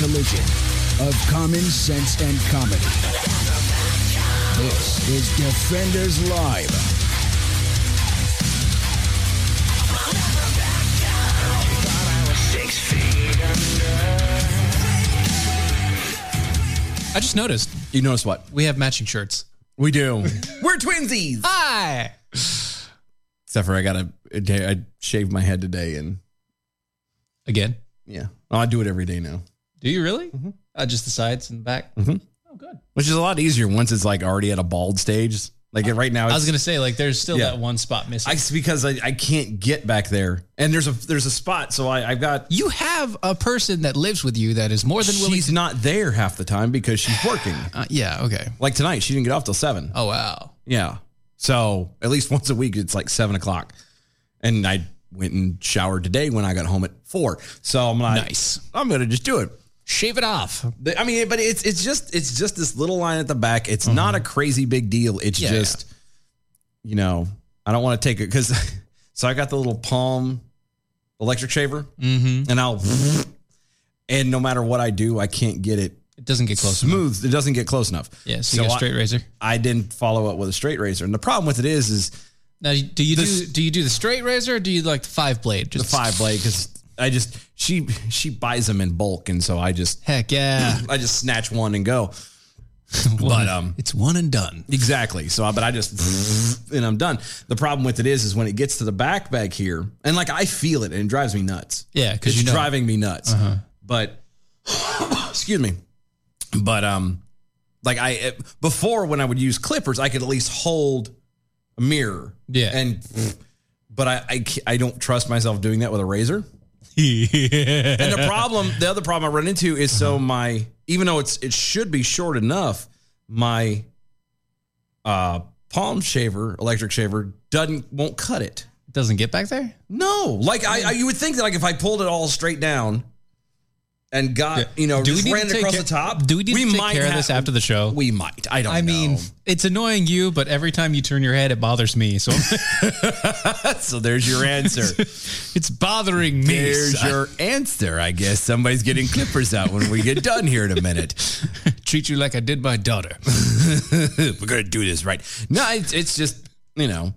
collision of common sense and comedy. This is Defenders Live. I just noticed You notice what? we have matching shirts. We do. We're twinsies. Hi. Except for I got a day. I shaved my head today, and Again. yeah, well, I do it every day now, Do you really? Uh, just the sides and the back. Oh, good. which is a lot easier once it's like already at a bald stage. Like right now, I it's, was gonna say like there's still Yeah. that one spot missing. I, it's because I, I can't get back there, and there's a there's a spot. So I I've got. you have a person that lives with you that is more than willing. She's not there half the time because she's working. Uh, yeah. Okay. Like tonight, she didn't get off till seven. Oh wow. Yeah. So at least once a week, it's like seven o'clock. And I went and showered today when I got home at four. So I'm like, Nice. I'm going to just do it. Shave it off. The- I mean, but it's, it's just, it's just this little line at the back. It's not a crazy big deal. It's Mm-hmm. Yeah, just, you know, I don't want to take it because, so I got the little palm electric shaver Mm-hmm. and I'll, and no matter what I do, I can't get it It doesn't get close. smooth. It doesn't get close enough. Yeah. So, So you got I- a straight razor. I didn't follow up with a straight razor. And the problem with it is, is, Now, do you do This- do you do the straight razor or do you like the five blade? the Just five blade because I just she she buys them in bulk, and so I just Heck yeah. I just snatch one and go. One- um, it's one and done. Exactly. So, I- but I just and I'm done. The problem with it is, is when it gets to the back bag here, and like I feel it, and it drives me nuts. Yeah, because it's you know. Uh-huh. driving me nuts. But excuse me. But um, like I eh, before when I would use clippers, I could at least hold a mirror. Yeah. and. But I, I, ca- I don't trust myself doing that with a razor. and the problem, the other problem I run into is Uh-huh. so my even though it's it should be short enough, my uh palm shaver, electric shaver, doesn't won't cut it. doesn't get back there. No, like I, I you would think that like if I pulled it all straight down and got Yeah. you know Do we just need ran to take across care- the top, do we need to take care of ha- this after the show? We might. I don't. I mean, know. it's annoying you, but every time you turn your head, it bothers me. So so there's your answer. it's bothering me. there's son. your answer. I guess somebody's getting clippers out when we get done here in a minute. Treat you like I did my daughter. we're gonna do this right. No, it's, it's just you know,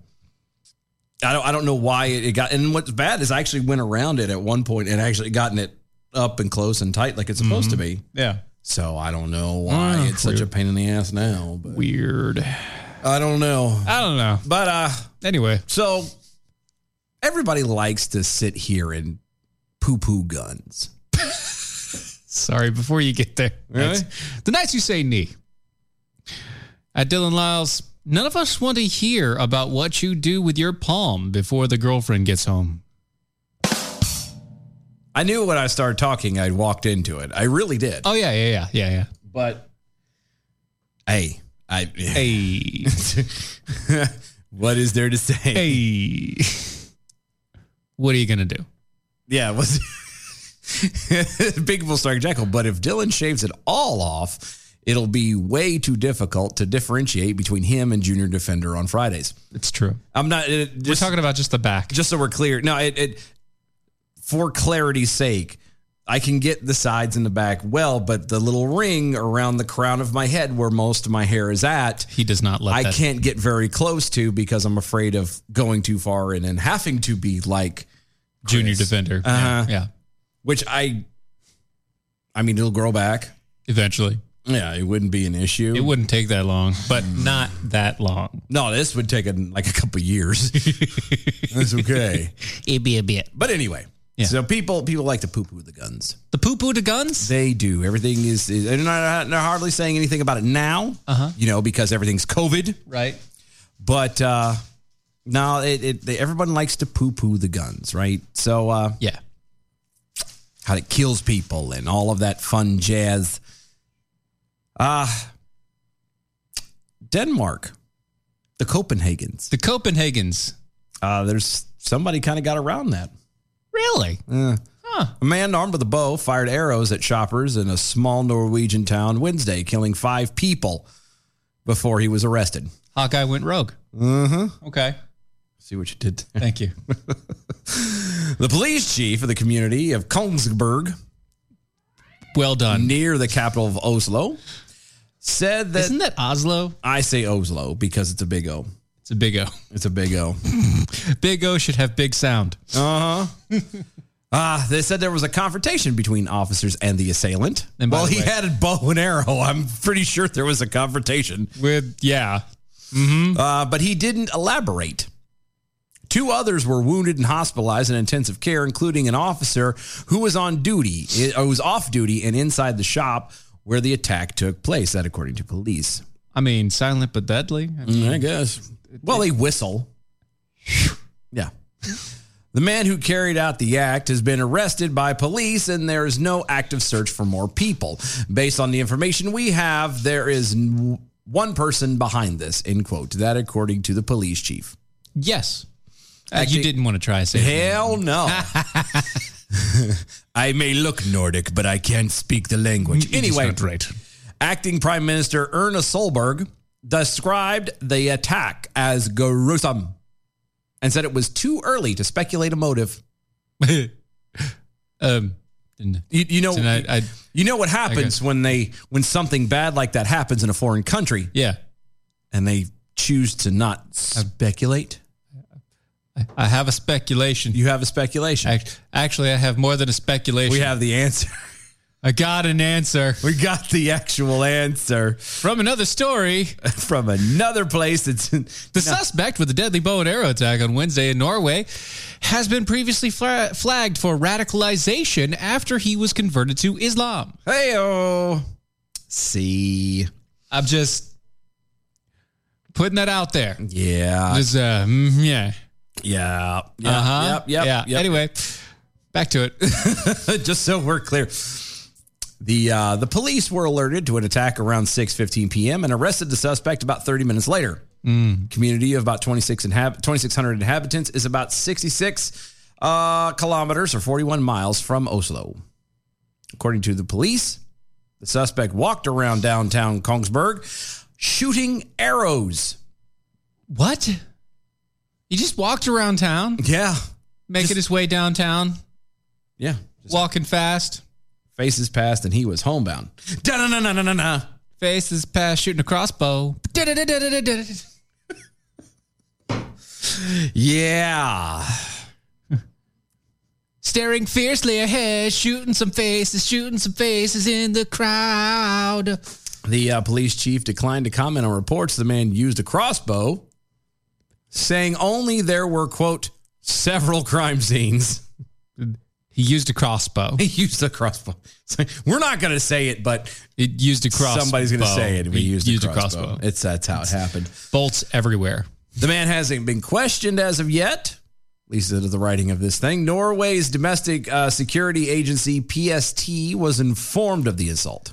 I don't I don't know why it, it got. And what's bad is I actually went around it at one point and actually gotten it up and close and tight like it's supposed to be. Yeah. So I don't know why Oh, it's such a pain in the ass now. But Weird. I don't know. I don't know. But uh, Anyway, so everybody likes to sit here and poo poo guns. sorry. Before you get there, Really? That's- the nights you say knee at Dylan Lyles, none of us want to hear about what you do with your palm before the girlfriend gets home. I knew when I started talking, I walked into it. I really did. Oh yeah, yeah, yeah, yeah, yeah. But hey, I Hey, what is there to say? hey. what are you gonna do? Yeah, was Big Bull Stark Jackal. But if Dylan shaves it all off, it'll be way too difficult to differentiate between him and Junior Defender on Fridays. It's true. I'm not it, just, We're talking about just the back. just so we're clear. No, it, it for clarity's sake, I can get the sides and the back well, but the little ring around the crown of my head where most of my hair is at. he does not let I that. can't get very close to because I'm afraid of going too far and then having to be like junior defender. Uh-huh. Yeah, yeah. which I, I mean, it'll grow back. Eventually, Yeah, it wouldn't be an issue. it wouldn't take that long, but not that long. No, this would take a, like a couple years. That's okay. It'd be a bit. But anyway, Yeah. so people people like to poo poo the guns. The poo poo to guns. They do. Everything is, is and they're, not, they're hardly saying anything about it now. Uh-huh. You know, because everything's COVID. Right. But uh, no, it, it they, everyone likes to poo poo the guns, right? So uh, Yeah. how it kills people and all of that fun jazz. Ah, Denmark, the Copenhagens. The Copenhagens. Uh, there's somebody kind of got around that. Really? A man armed with a bow fired arrows at shoppers in a small Norwegian town Wednesday, killing five people before he was arrested. Hawkeye went rogue. Mm-hmm. Okay. See what you did. there. Thank you. The police chief of the community of Kongsberg Well done. near the capital of Oslo, said that Isn't that Oslo? I say Oslo because it's a big O. It's a big O. It's a big O. Big O should have big sound. Ah, they said there was a confrontation between officers and the assailant. And by well, the he way- had a bow and arrow. I'm pretty sure there was a confrontation, With yeah. Hmm. uh, but he didn't elaborate. Two others were wounded and hospitalized in intensive care, including an officer who was on duty, or was off duty, and inside the shop where the attack took place. That, according to police, I mean, silent but deadly. Mm, I mean, I guess. Well, they whistle. Yeah. The man who carried out the act has been arrested by police, and there is no active search for more people. Based on the information we have, there is n- one person behind this, end quote. That, according to the police chief. Yes. Uh, Actually- you didn't want to try say Hell no. I may look Nordic, but I can't speak the language. Anyway, acting Prime Minister Erna Solberg described the attack as gruesome and said it was too early to speculate a motive. um and, You, you know, and I, I you know what happens when they when something bad like that happens in a foreign country yeah. and they choose to not speculate. I, I have a speculation. You have a speculation. Act- Actually, I have more than a speculation. we have the answer. I got an answer We got the actual answer. from another story. from another place that's The suspect with the deadly bow and arrow attack on Wednesday in Norway has been previously fla- flagged for radicalization after he was converted to Islam. hey oh see I'm just putting that out there. yeah Just, uh, mm, yeah. yeah yeah Uh huh. yep, yep, yeah. yep. Anyway, back to it. just so we're clear the uh, the police were alerted to an attack around 6:15 p.m. and arrested the suspect about 30 minutes later community of about 26 inhab- 2600 inhabitants is about 66 uh, kilometers or 41 miles from Oslo according to the police the suspect walked around downtown Kongsberg shooting arrows what? He just walked around town, Yeah. making his way downtown, Yeah. walking fast, Faces passed and he was homebound. Da-na-na-na-na-na. faces past, shooting a crossbow. Yeah. Staring fiercely ahead, shooting some faces, shooting some faces in the crowd. The uh, police chief declined to comment on reports the man used a crossbow, saying only there were, quote, several crime scenes. He used a crossbow. He used a crossbow. It's like, We're not going to say it, but He used a crossbow. somebody's going to say it. We He used, a crossbow. It's that's how it happened. Bolts everywhere. The man hasn't been questioned as of yet, at least out of the writing of this thing. Norway's domestic uh, security agency PST was informed of the assault.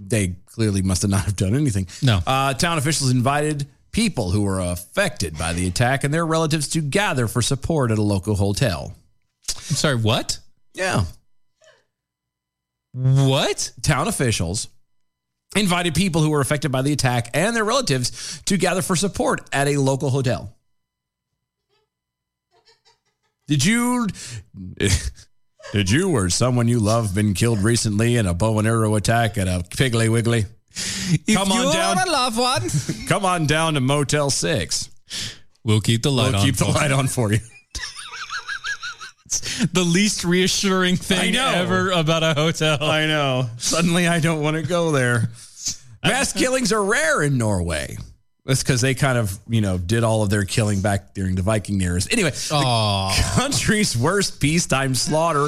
They clearly must have not have done anything. No. Uh, town officials invited people who were affected by the attack and their relatives to gather for support at a local hotel. I'm sorry, what? Yeah. What? Town officials invited people who were affected by the attack and their relatives to gather for support at a local hotel. Did you Did you or someone you love been killed recently in a bow and arrow attack at a Piggly Wiggly? Come on you down. are a loved one. Come on down to Motel 6. We'll keep the light We'll on. keep the for- light on for you. the least reassuring I thing know. ever about a hotel. I know. Suddenly, I don't want to go there. Mass killings are rare in Norway. That's because they kind of, you know, did all of their killing back during the Viking eras. Anyway, Oh. Aw. the country's worst peacetime slaughter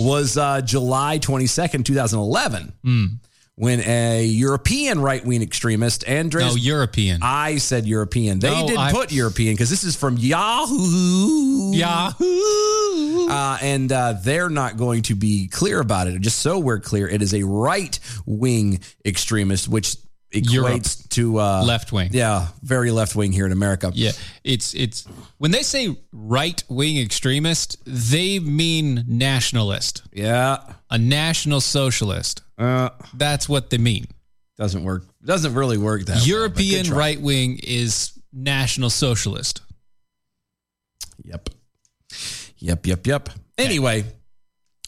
was uh, July 22nd, 2011, when a European right wing extremist, Andres. No, European. I said European. They No, didn't I- put European because this is from Yahoo. Yahoo. Uh, and uh, they're not going to be clear about it. Just so we're clear, it is a right wing extremist, which equates Europe. to uh, Left wing. Yeah, very left wing here in America. Yeah, it's it's when they say right wing extremist, they mean nationalist, Yeah. a national socialist. Uh, That's what they mean. doesn't work. Doesn't really work that well, but good European try. right wing is national socialist. Yep. Yep. Yep. Yep. Anyway,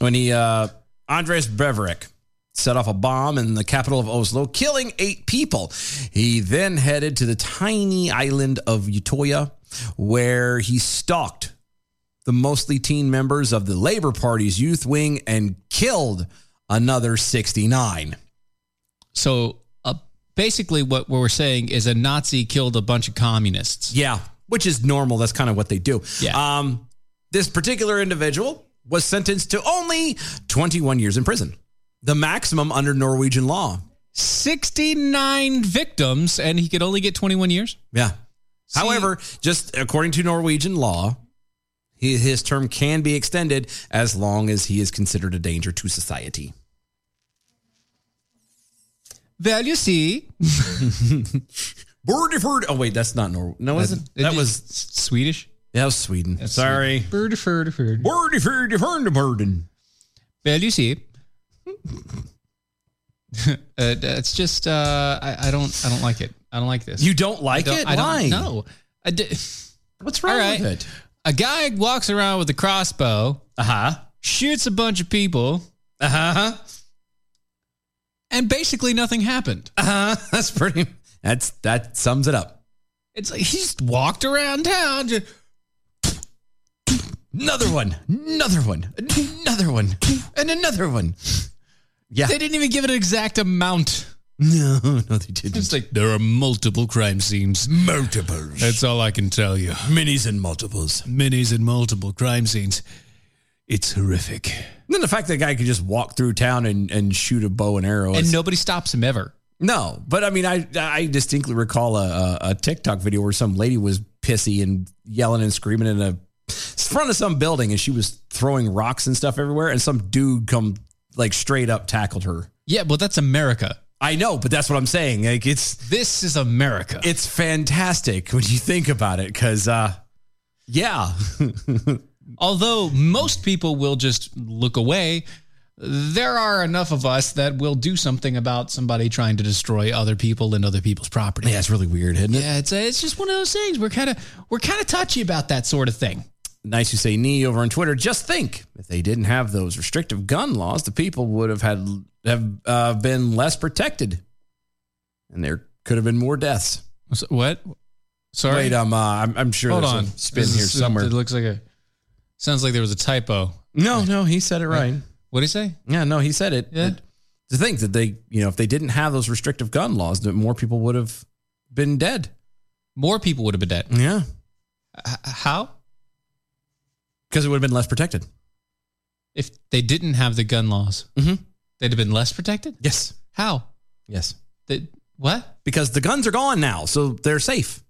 when he uh, Andres Breivik set off a bomb in the capital of Oslo, killing eight people. He then headed to the tiny island of Utoya, where he stalked the mostly teen members of the Labor Party's youth wing and killed another 69. So uh, basically, what we're saying is a Nazi killed a bunch of communists. Yeah, which is normal. That's kind of what they do. Yeah. Um, this particular individual was sentenced to only 21 years in prison, the maximum under Norwegian law. 69 victims, and he could only get 21 years? Yeah. However, just according to Norwegian law, he, his term can be extended as long as he is considered a danger to society. Well, you see, Burdeford. Oh wait, that's not Norway. No, is it? That was Swedish. that was Sweden. Sorry. Burdeford. Burdeford, Burdeford. Well, you see, uh, it's just uh, I, I don't I don't like it. I don't like this. You don't I like don't, it? I Why? don't know. I di- What's wrong All right. with it? a guy walks around with a crossbow, Uh huh. shoots a bunch of people, Uh huh. and basically nothing happened. Uh huh. That's pretty. That's that sums it up. It's like he just walked around town. Just, Another one. Another one. Another one. And another one. Yeah. they didn't even give it an exact amount. No, no, they didn't. It's like there are multiple crime scenes. Multiples. That's all I can tell you. minis and multiples. And Minis and multiple crime scenes. It's horrific. then the fact that a guy could just walk through town and, and shoot a bow and arrow. And is- nobody stops him ever. no, but I mean, I I distinctly recall a, a, a TikTok video where some lady was pissy and yelling and screaming in a front of some building, and she was throwing rocks and stuff everywhere, and some dude come like straight up tackled her. Yeah, well, that's America. I know, but that's what I'm saying. Like it's This is America. it's fantastic when you think about it, because uh, yeah, Although most people will just look away, there are enough of us that will do something about somebody trying to destroy other people and other people's property. yeah, it's really weird, isn't it? Yeah, it's it's just one of those things. We're kind of we're kind of touchy about that sort of thing. Nice who say knee over on Twitter. Just think, if they didn't have those restrictive gun laws, the people would have had have uh, been less protected, and there could have been more deaths. So- what? Sorry. Wait, um, uh, I'm I'm sure Hold there's on. a spin This here is- somewhere. It looks like a sounds like there was a typo. No, no, he said it right. What did he say? Yeah, no, he said it. Yeah. But To think that they, you know, if they didn't have those restrictive gun laws, that more people would have been dead. More people would have been dead. Yeah, H- how? because it would have been less protected. If they didn't have the gun laws, Mhm. they'd have been less protected. Yes, How? yes, That what? because the guns are gone now, so they're safe.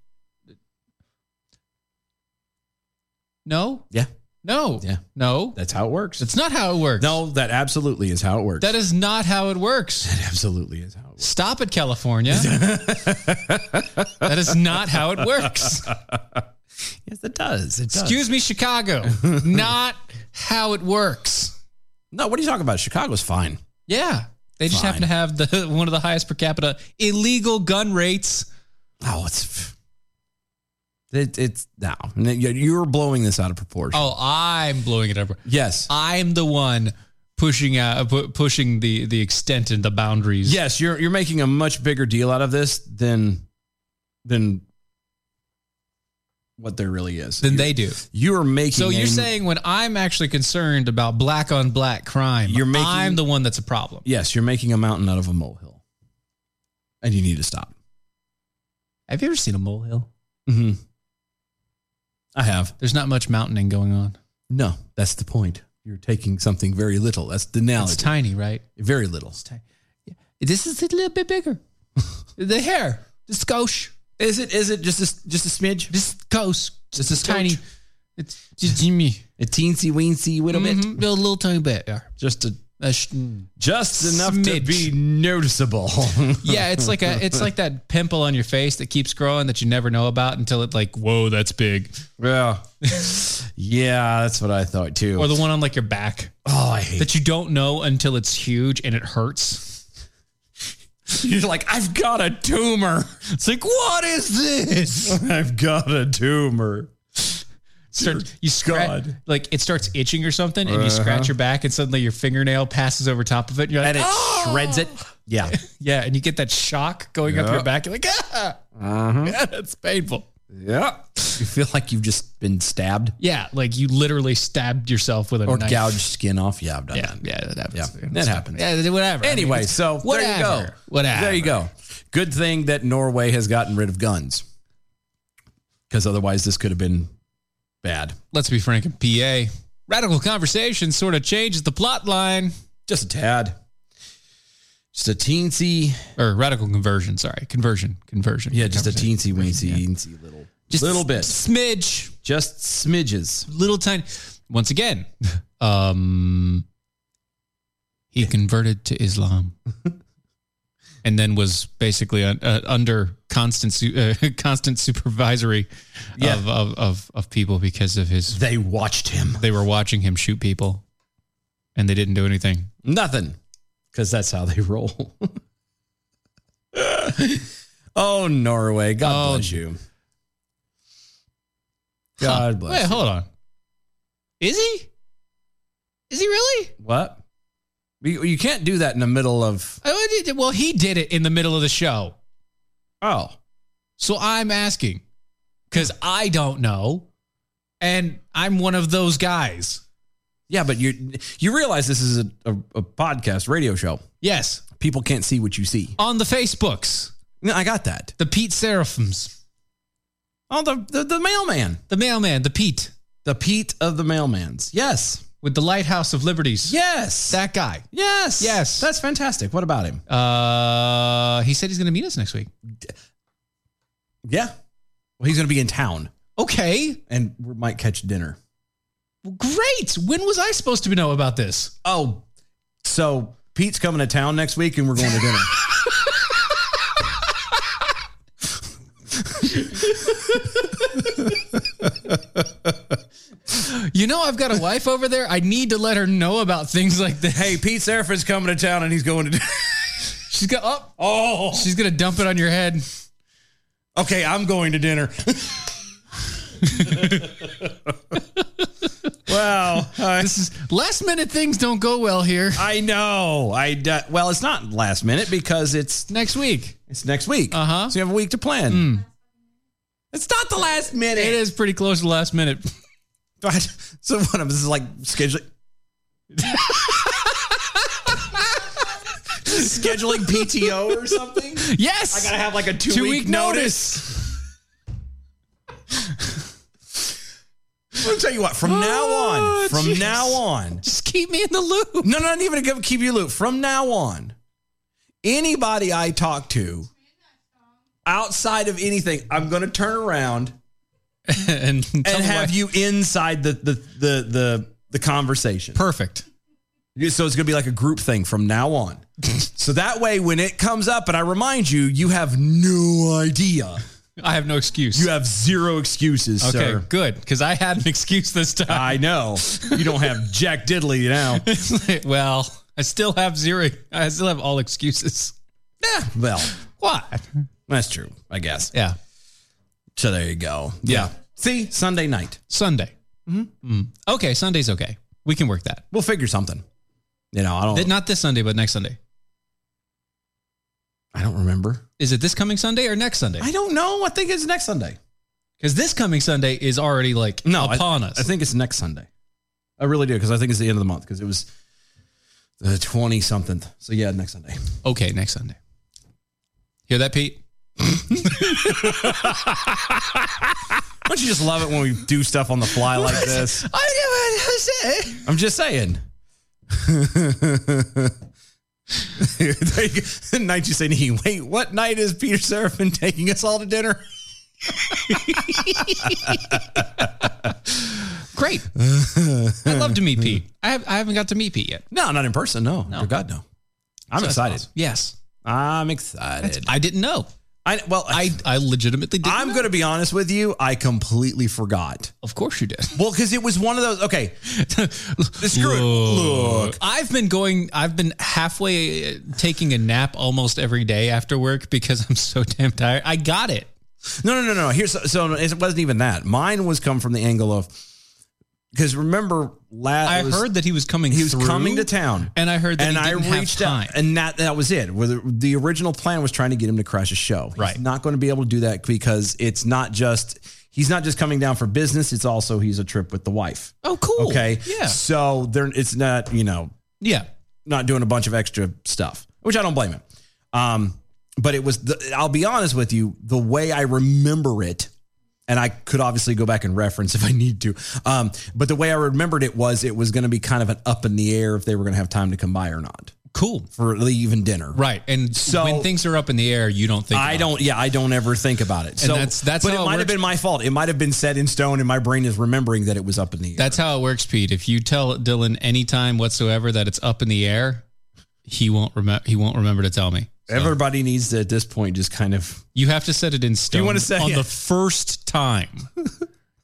No, Yeah, no, Yeah. no. that's how it works. That's not how it works. no, that absolutely is how it works. that is not how it works. It absolutely is how it works. Stop it, California. that is not how it works. Yes, it does. It does. Excuse me, Chicago. Not how it works. no, what are you talking about? Chicago's fine. Yeah. They just happen to Fine. have the one of the highest per capita illegal gun rates. Oh, it's it, it's no. You- You're blowing this out of proportion. Oh, I'm blowing it up. yes, I'm the one pushing out, pu- pushing the the extent and the boundaries. yes. You're you're making a much bigger deal out of this than than what there really is. than they do. you are making. So a- you're saying when I'm actually concerned about black on black crime, You're making- I'm the one that's a problem. yes, you're making a mountain out of a molehill, and you need to stop. Have you ever seen a molehill? Mm-hmm. I have. There's not much mountaining going on. No, that's the point. You're taking something very little. That's the analogy. It's tiny, right? very little. This is a little bit bigger. the hair, the skosh, Is it? Is it just a, just a smidge? this skosh, Just this a skosh. tiny. It's just Jimmy, A teensy weensy little Mhm, a little tiny bit. Yeah, Just a A sh- mm. just enough Smidge. to be noticeable. yeah. It's like a, it's like that pimple on your face that keeps growing that you never know about until it like, whoa, that's big. yeah, yeah, that's what I thought too. Or the one on like your back oh, I hate. that you don't know until it's huge and it hurts. You're like, I've got a tumor. It's like, what is this? I've got a tumor. Start, you scratch God. like it starts itching or something, and you scratch your back, and suddenly your fingernail passes over top of it. And you're like, and it "Ah!" shreds it. Yeah. yeah, and you get that shock going up your back. You're like, ah, Mm-hmm. yeah, that's painful. Yeah. You feel like you've just been stabbed Yeah, like you literally stabbed yourself with a or knife. gouged skin off. Yeah, I've done Yeah, that. yeah, that happens. Yeah, that happens. Yeah, whatever. I mean, Anyway, it's- so there you go. whatever, Whatever. There you go. Good thing that Norway has gotten rid of guns. Because otherwise this could have been bad. Let's be frank. in PA radical conversation sort of changes the plot line Just a tad. Just a teensy. or radical conversion. Sorry, conversion, conversion. Yeah, just a teensy Conversation. weensy teensy little. Just little bit. smidge, Just smidges. little tiny. Once again, um, he converted to Islam. And then was basically un, uh, under constant su- uh, constant supervisory Yeah. of, of, of of people because of his They watched him. they were watching him shoot people and they didn't do anything. Nothing. Because that's how they roll. oh, Norway. God Oh. bless you. God bless Wait, you. hold on. Is he? Is he really? What? You, you can't do that in the middle of. Oh, I did- Well, he did it in the middle of the show. Oh. So I'm asking because I don't know. And I'm one of those guys. Yeah, but you you realize this is a, a, a podcast radio show. Yes. People can't see what you see. On the Facebooks, No, I got that. the Pete Seraphims, Oh, the, the the mailman, the mailman, the Pete the Pete of the mailmans. Yes, with the Lighthouse of Liberties. yes, That guy. yes, Yes. That's fantastic. What about him? Uh, he said he's going to meet us next week. Yeah, well, he's going to be in town, Okay. and we might catch dinner. Great. When was I supposed to know about this? Oh, so Pete's coming to town next week, and we're going to dinner. You know, I've got a wife over there. I need to let her know about things like this. hey, Pete Seraphin's coming to town, and he's going to. dinner. She's got up. Oh, she's gonna dump it on your head. okay, I'm going to dinner. wow, I- This is last minute things don't go well here. uh, I know. I d- well, it's not last minute because it's Next week, it's next week. Uh-huh. Hmm. So you have a week to plan. It's not the last minute. it is pretty close to last minute. So one of us is like scheduling. scheduling PTO or something. Yes, I gotta have like a two, two week, week notice. notice. I'll tell you what. From now Oh, on. From jeez. now on. Just keep me in the loop. No, not even to keep you loop. From now on, anybody I talk to outside of anything, I'm going to turn around and tell and the have wife- you inside the the the the, the conversation. perfect. So it's going to be like a group thing from now on. so that way, when it comes up, and I remind you, you have no idea. I have no excuse. You have zero excuses, okay, sir. good, because I had an excuse this time. I know you don't have Jack Diddley now. well, I still have zero. I still have all excuses. yeah, Eh, well, What? that's true, I guess. Yeah, So there you go. Yeah. See, Sunday night. Sunday. Mm-hmm. Mm. Okay, Sunday's okay. We can work that. We'll figure something. You know, I don't. Th- Not this Sunday, but next Sunday. I don't remember. Is it this coming Sunday or next Sunday? I don't know. I think it's next Sunday. Because this coming Sunday is already like No, I- upon us. I think it's next Sunday. I really do because I think it's the end of the month because it was the twenty something. So yeah, next Sunday. okay, next Sunday. Hear that, Pete? Don't you just love it when we do stuff on the fly like this? I'm just saying. There you go. The night you say to him, wait, what night is Peter Seraphin taking us all to dinner? Great. I'd love to meet Pete. I, have, I haven't got to meet Pete yet. No, not in person. No, no. God, no. I'm So that's excited. awesome. Yes. I'm excited. I didn't know. I, well, I, I legitimately didn't. I'm know. going to be honest with you. I completely forgot. Of course you did. Well, because it was one of those. Okay, screw it. Look. I've been going, I've been halfway uh, taking a nap almost every day after work because I'm so damn tired. I got it. No, no, no, no. Here's so it wasn't even that. Mine was come from the angle of because remember last I heard that he was coming. he was through, coming to town and I heard that and he I didn't reached have out time. and that that was it. Where the, the original plan was trying to get him to crash a show. Right. He's not going to be able to do that because it's not just he's not just coming down for business. It's also he's a trip with the wife. oh, cool. Okay. Yeah. So there it's not you know Yeah. not doing a bunch of extra stuff, which I don't blame him. Um, but it was, the, I'll be honest with you, the way I remember it, and I could obviously go back and reference if I need to. Um, but the way I remembered it was it was going to be kind of an up in the air if they were going to have time to come by or not Cool. for even dinner. Right. And So- when things are up in the air, you don't think I about don't. Yeah, I don't ever think about it. So that's- that's But how it it might have works. been my fault. It might have been set in stone, and my brain is remembering that it was up in the air. That's how it works, Pete. If you tell Dylan any time whatsoever that it's up in the air, he won't remember. He won't remember to tell me. Everybody needs to at this point just kind of You have to set it in stone. wanna say on it? the first time.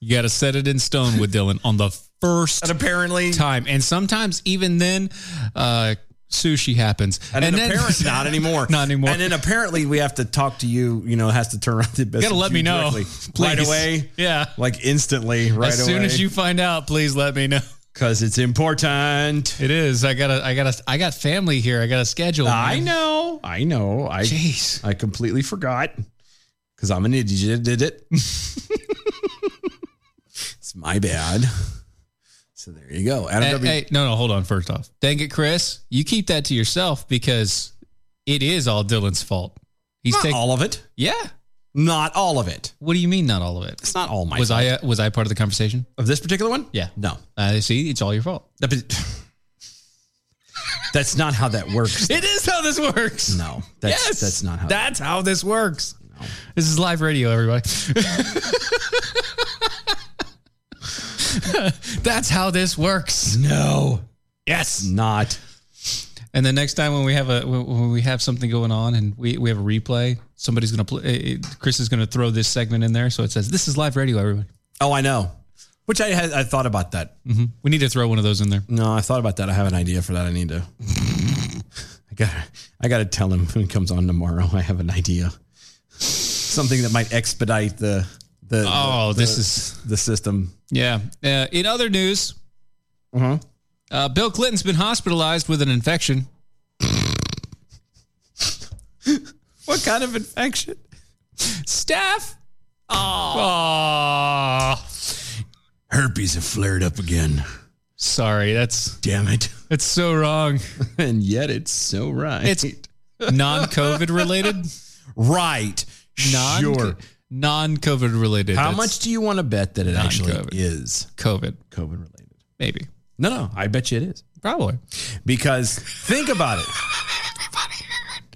you got to set it in stone with Dylan on the first apparently time, and sometimes even then, uh, sushi happens. And, then, then- apparently not anymore. Not anymore. And then apparently we have to talk to you. You know, has to turn around the you best. gotta let me know right please. away. Yeah. Like instantly, right as soon away. as you find out, please let me know. because it's important. It is. I gotta. I gotta. I got family here. I got to schedule. I Oh, man. know, I know. I Jeez. I completely forgot because I'm an idiot. Did it? it's my bad. So there you go. Adam Hey, W. hey, no, no, hold on. First off, dang it, Chris, you keep that to yourself because it is all Dylan's fault. He's not taking. all of it. yeah. Not all of it. What do you mean, not all of it? It's not all my Was fault. I uh, was I part of the conversation? of this particular one? Yeah. No. Uh, see, it's all your fault. That- but- That's not how that works. It is how this works. No, that's yes, that's not how. That's how this works. This is live radio, everybody. that's how this works. no, Yes. not. And the next time when we have a when- when we have something going on and we, we have a replay, somebody's gonna play. eh, eh, Chris is gonna throw this segment in there, so it says this is live radio. Everybody, Oh, I know. Which I had. I thought about that. we need to throw one of those in there. No, I thought about that. I have an idea for that. I need to. I got. to I got to tell him when he comes on tomorrow. I have an idea. Something that might expedite the the Oh, the, this is the system. yeah. Uh, in other news, Mhm. uh, Bill Clinton's been hospitalized with an infection. What kind of infection? Staph. Herpes have flared up again. Sorry, that's Damn it! that's so wrong. And yet it's so right. It's non-COVID related. right. Non sure. non-COVID related. How That's much do you want to bet that it actually Non-COVID. is COVID? COVID related? Maybe. No, no, I bet you it is. Probably. Because think about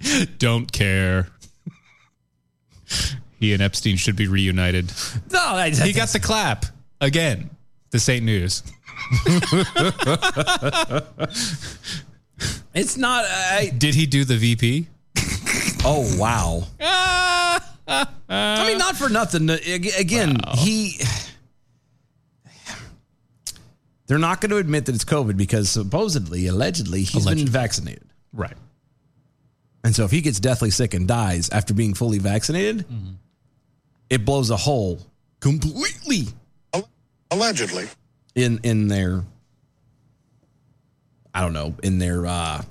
it. Don't care. he and Epstein should be reunited. No, I He got the clap again. This ain't news. it's not. I, Did he do the VP? oh wow. Ah! I mean, not for nothing. Ag- Again, he. They're not going to admit that it's COVID because supposedly, allegedly, he's Allegedly. been vaccinated. Right. And so if he gets deathly sick and dies after being fully vaccinated, Mm-hmm. it blows a hole completely Allegedly. in in their I don't know, in their uh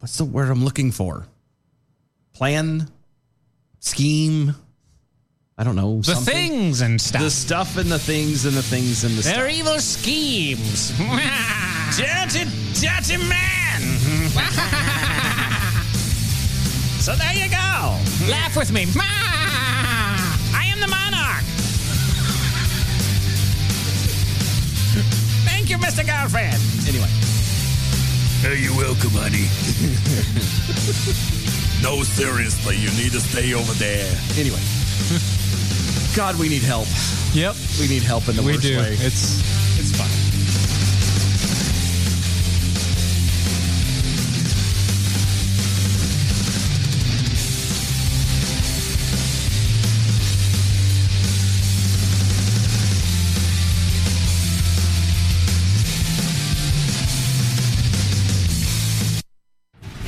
what's the word I'm looking for? Plan, scheme, I don't know. The something. things and stuff. the stuff and the things and the things and the stuff. Their evil schemes. dirty, dirty man. so there you go. Laugh with me. I am the monarch. Thank you, Mr. Girlfriend. Anyway, Hey, you're welcome, honey. no, seriously, you need to stay over there. anyway. God, we need help. Yep, We need help in the we worst do. way. It's It's fine.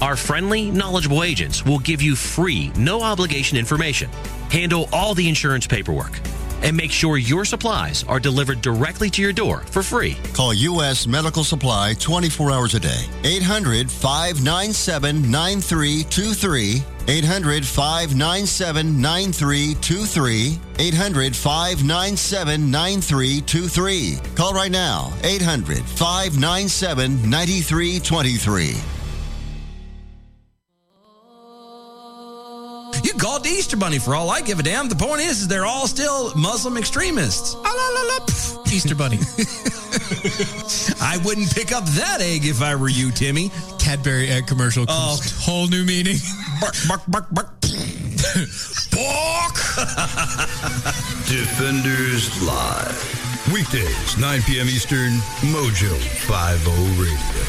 Our friendly, knowledgeable agents will give you free, no obligation information, handle all the insurance paperwork, and make sure your supplies are delivered directly to your door for free. Call U.S. Medical Supply 24 hours a day. 800 597 9323. 800 597 9323. 800 597 9323. Call right now. 800 597 9323. You called the Easter Bunny for all I give a damn. The point is, is they're all still Muslim extremists. Ah, la, la, la, pff. Easter Bunny. I wouldn't pick up that egg if I were you, Timmy. Cadbury egg commercial. Oh. comes- Whole new meaning. Bark, bark, bark, bark. Bark. Defenders Live. Weekdays, 9 p.m. Eastern, Mojo 50 Radio.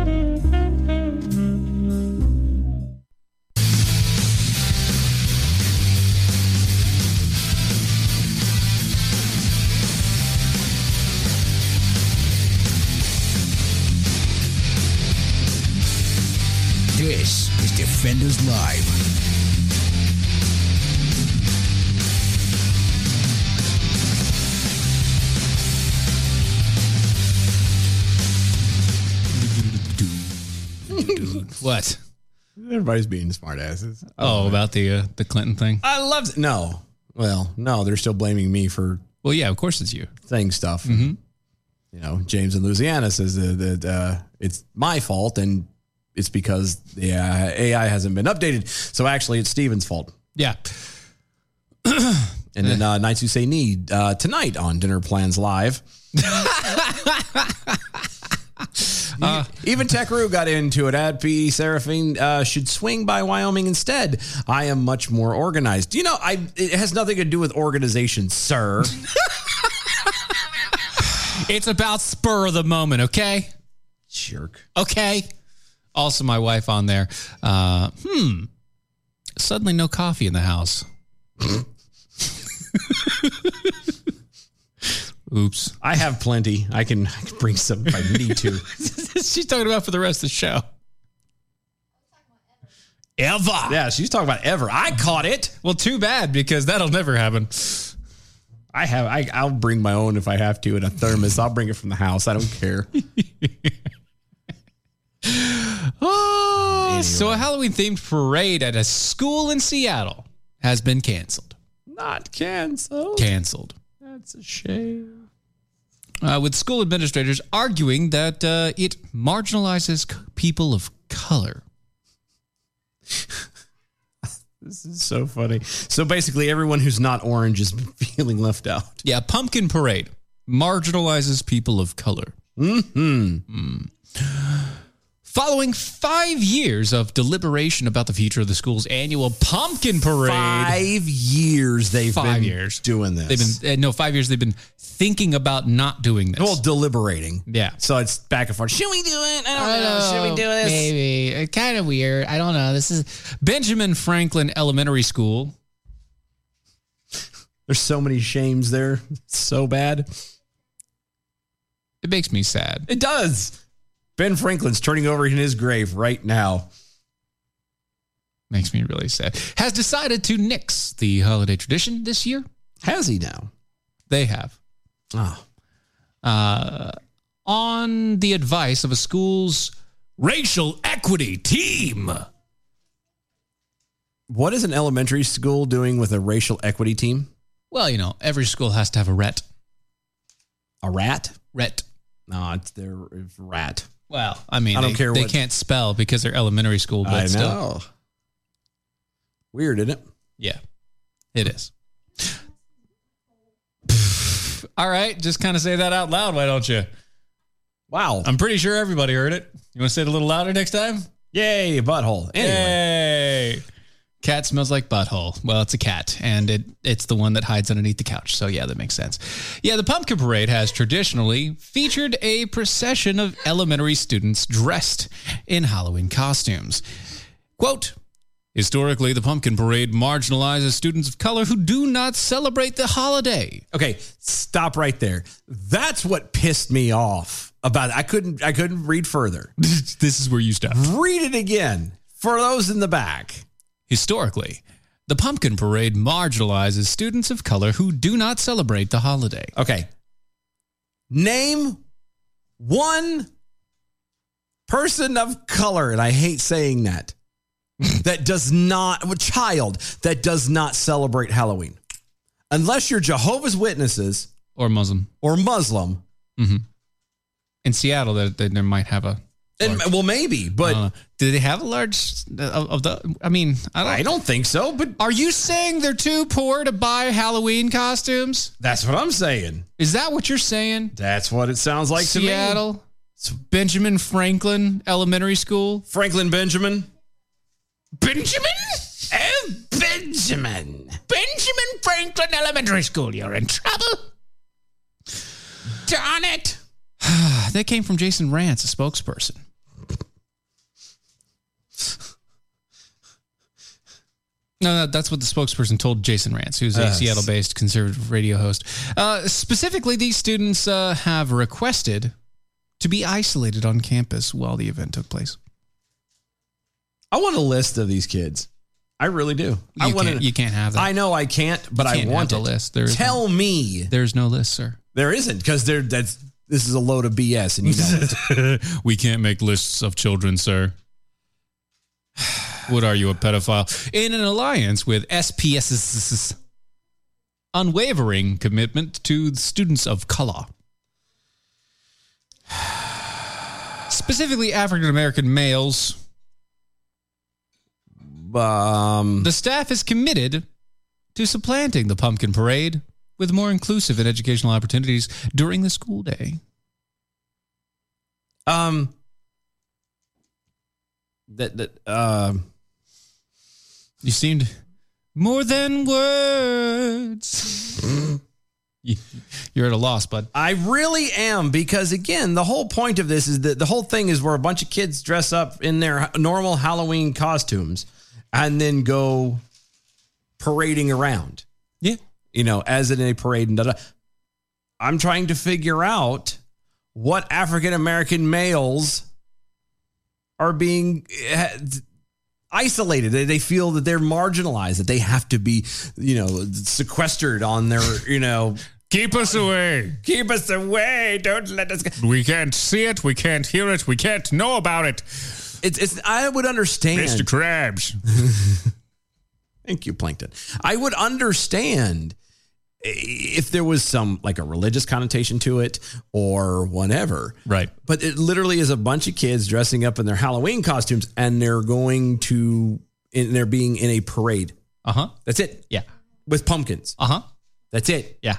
This is Defenders Live. what? Everybody's being smartasses. Oh, about the uh, the Clinton thing. I love it. No. Well, no, they're still blaming me for Well, yeah, of course it's you. saying stuff. You know, James in Louisiana says that, that uh, it's my fault and it's because the uh, AI hasn't been updated. So actually, it's Steven's fault. Yeah. And then uh, Nights Who Say Need uh, tonight on Dinner Plans Live. E, Even Techru got into it. Ad P Seraphine uh, should swing by Wyoming instead. I am much more organized. You know, I it has nothing to do with organization, sir. It's about spur of the moment, okay? Jerk. Okay. Also, my wife on there. Uh, hmm. Suddenly, no coffee in the house. Oops. I have plenty. I can, I can bring some if I need to. She's talking about for the rest of the show. Ever. yeah, she's talking about ever. I caught it. Well, too bad because that'll never happen. I have. I, I'll bring my own if I have to in a thermos. I'll bring it from the house. I don't care. Oh, so a Halloween themed parade at a school in Seattle has been canceled. Not canceled. Canceled. That's a shame. Uh, with school administrators arguing that uh, it marginalizes c- people of color. This is so funny. So basically, everyone who's not orange is feeling left out. Yeah, pumpkin parade marginalizes people of color. Mm-hmm. Mm. Following five years of deliberation about the future of the school's annual pumpkin parade, Five years they've Five been years. doing this. they've been uh, no five years they've been thinking about not doing this. well deliberating. Yeah. So it's back and forth. Should we do it? I don't, know. Should we do this? Maybe. It's kind of weird. I don't know. This is Benjamin Franklin Elementary School. There's so many shames there. It's so bad. It makes me sad. It does. Ben Franklin's turning over in his grave right now. makes me really sad. Has decided to nix the holiday tradition this year. Has he now? They have. Oh. Uh, on e-, the advice of a school's racial equity team. What is an elementary school doing with a racial equity team? Well, you know, every school has to have a ret. A rat? Ret. No, it's their it's rat. Well, I mean, I don't they, care They what- can't spell because they're elementary school, but I still, know. Weird, isn't it? yeah, it is. All right, just kind of say that out loud, why don't you? Wow. I'm pretty sure everybody heard it. You want to say it a little louder next time? Yay, butthole. Anyway, Yay! Cat smells like butthole. Well, it's a cat, and it it's the one that hides underneath the couch. So yeah, that makes sense. Yeah, the pumpkin parade has traditionally featured a procession of elementary students dressed in Halloween costumes. Quote. Historically, the pumpkin parade marginalizes students of color who do not celebrate the holiday. okay, stop right there. That's what pissed me off about it. I couldn't I couldn't read further. this is where you stop. Read it again for those in the back. Historically, the pumpkin parade marginalizes students of color who do not celebrate the holiday. Okay. Name one person of color, and I hate saying that, that does not, a child that does not celebrate Halloween. Unless you're Jehovah's Witnesses Or Muslim. or Muslim. in Seattle that they, they might have a. And, well, maybe, but uh, do they have a large uh, of, of the? I mean, I don't. I don't think so. But Are you saying they're too poor to buy Halloween costumes? that's what I'm saying. Is that what you're saying? That's what it sounds like to me. Seattle, Benjamin Franklin Elementary School. Franklin Benjamin. Benjamin. Oh, Benjamin. Benjamin Franklin Elementary School. You're in trouble. Darn it. that came from Jason Rance, a spokesperson. No, no, that's what the spokesperson told Jason Rance, who's a Seattle based conservative radio host. Uh, specifically, these students uh, have requested to be isolated on campus while the event took place. I want a list of these kids. I really do. You, I can't, want you can't have that. I know I can't, but You can't I want have it. the list. There is Tell me There's no list, sir. There isn't because there that's this is a load of BS and you know it. we can't make lists of children, sir. What are you, a pedophile? In an alliance with SPS's unwavering commitment to the students of color, specifically African American males. Um, The staff is committed to supplanting the pumpkin parade with more inclusive and educational opportunities during the school day. um, that that um, You seemed more than words. You- You're at a loss, bud. I really am because again, the whole point of this is that the whole thing is where a bunch of kids dress up in their normal Halloween costumes and then go parading around. Yeah. you know, as in a parade and da da. I'm trying to figure out what African American males are being eh, isolated. They, they feel that they're marginalized, that they have to be, you know, sequestered on their, you know, Keep us away. keep us away. Don't let us. Go. We can't see it. We can't hear it. We can't know about it. It's, it's. I would understand. Krabs. Thank you, Plankton. I would understand if there was some like a religious connotation to it or whatever. Right. But it literally is a bunch of kids dressing up in their Halloween costumes and they're going to and they're being in a parade. Uh huh. That's it. Yeah. With pumpkins. Uh huh. That's it. Yeah.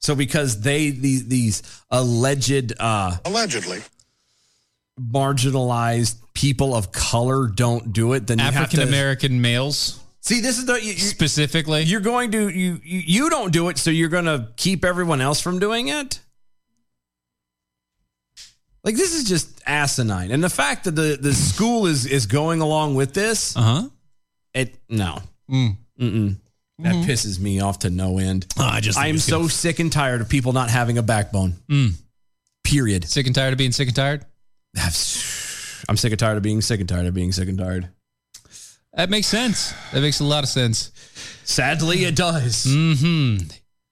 So because they these these alleged uh Allegedly. marginalized people of color don't do it, then you have to- African American males See, this is the you, you- specifically. you're going to you you you don't do it so you're going to keep everyone else from doing it like this is just asinine and the fact that the the school is is going along with this uh huh. it no Mm-mm. Mm. that pisses me off to no end I just. Oh, i am so sick and tired of people not having a backbone period sick and tired of being sick and tired. i'm sick and tired of being sick and tired of being sick and tired That makes sense. That makes a lot of sense. sadly it does hmm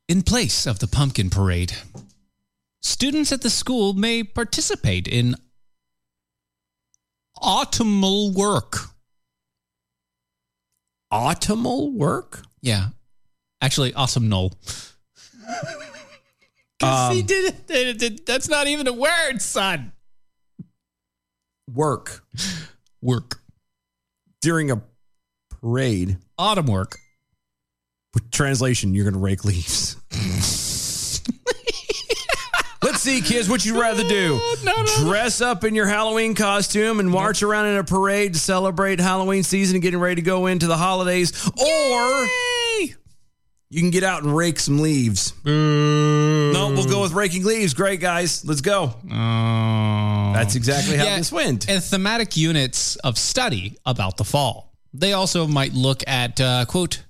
In place of the pumpkin parade, students at the school may participate in autumnal work Autumnal work? Yeah. Actually, awesome Um, null. he did it. They did- That's not even a word, son. Work Work. during a parade. Autumn work. Translation, you're going to rake leaves. Let's see, kids, what you'd rather do. Dress up in your Halloween costume and march around in a parade to celebrate Halloween season and getting ready to go into the holidays. Or you can get out and rake some leaves. No, we'll go with raking leaves. Great, guys. Let's go. That's exactly how Yeah. this went. and thematic units of study about the fall. They also might look at, uh, quote,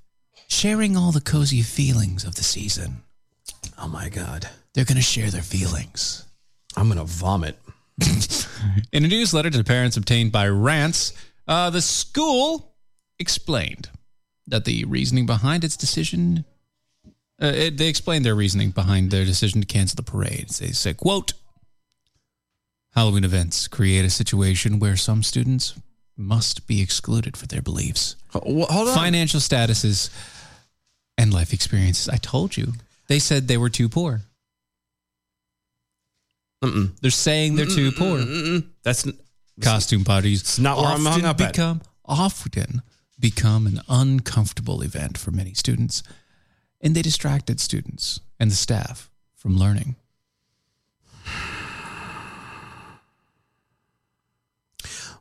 sharing all the cozy feelings of the season. Oh, my God. They're going to share their feelings. I'm going to vomit. In a newsletter to parents obtained by Rants, uh, the school explained that the reasoning behind its decision. Uh, it, they explained their reasoning behind their decision to cancel the parade. They said, "Quote: Halloween events create a situation where some students must be excluded for their beliefs, Hold on. financial statuses, and life experiences." I told you. They said they were too poor. Mm-mm. They're saying they're too poor. That's costume parties not where I'm often hung up at. become often become an uncomfortable event for many students and they distracted students and the staff from learning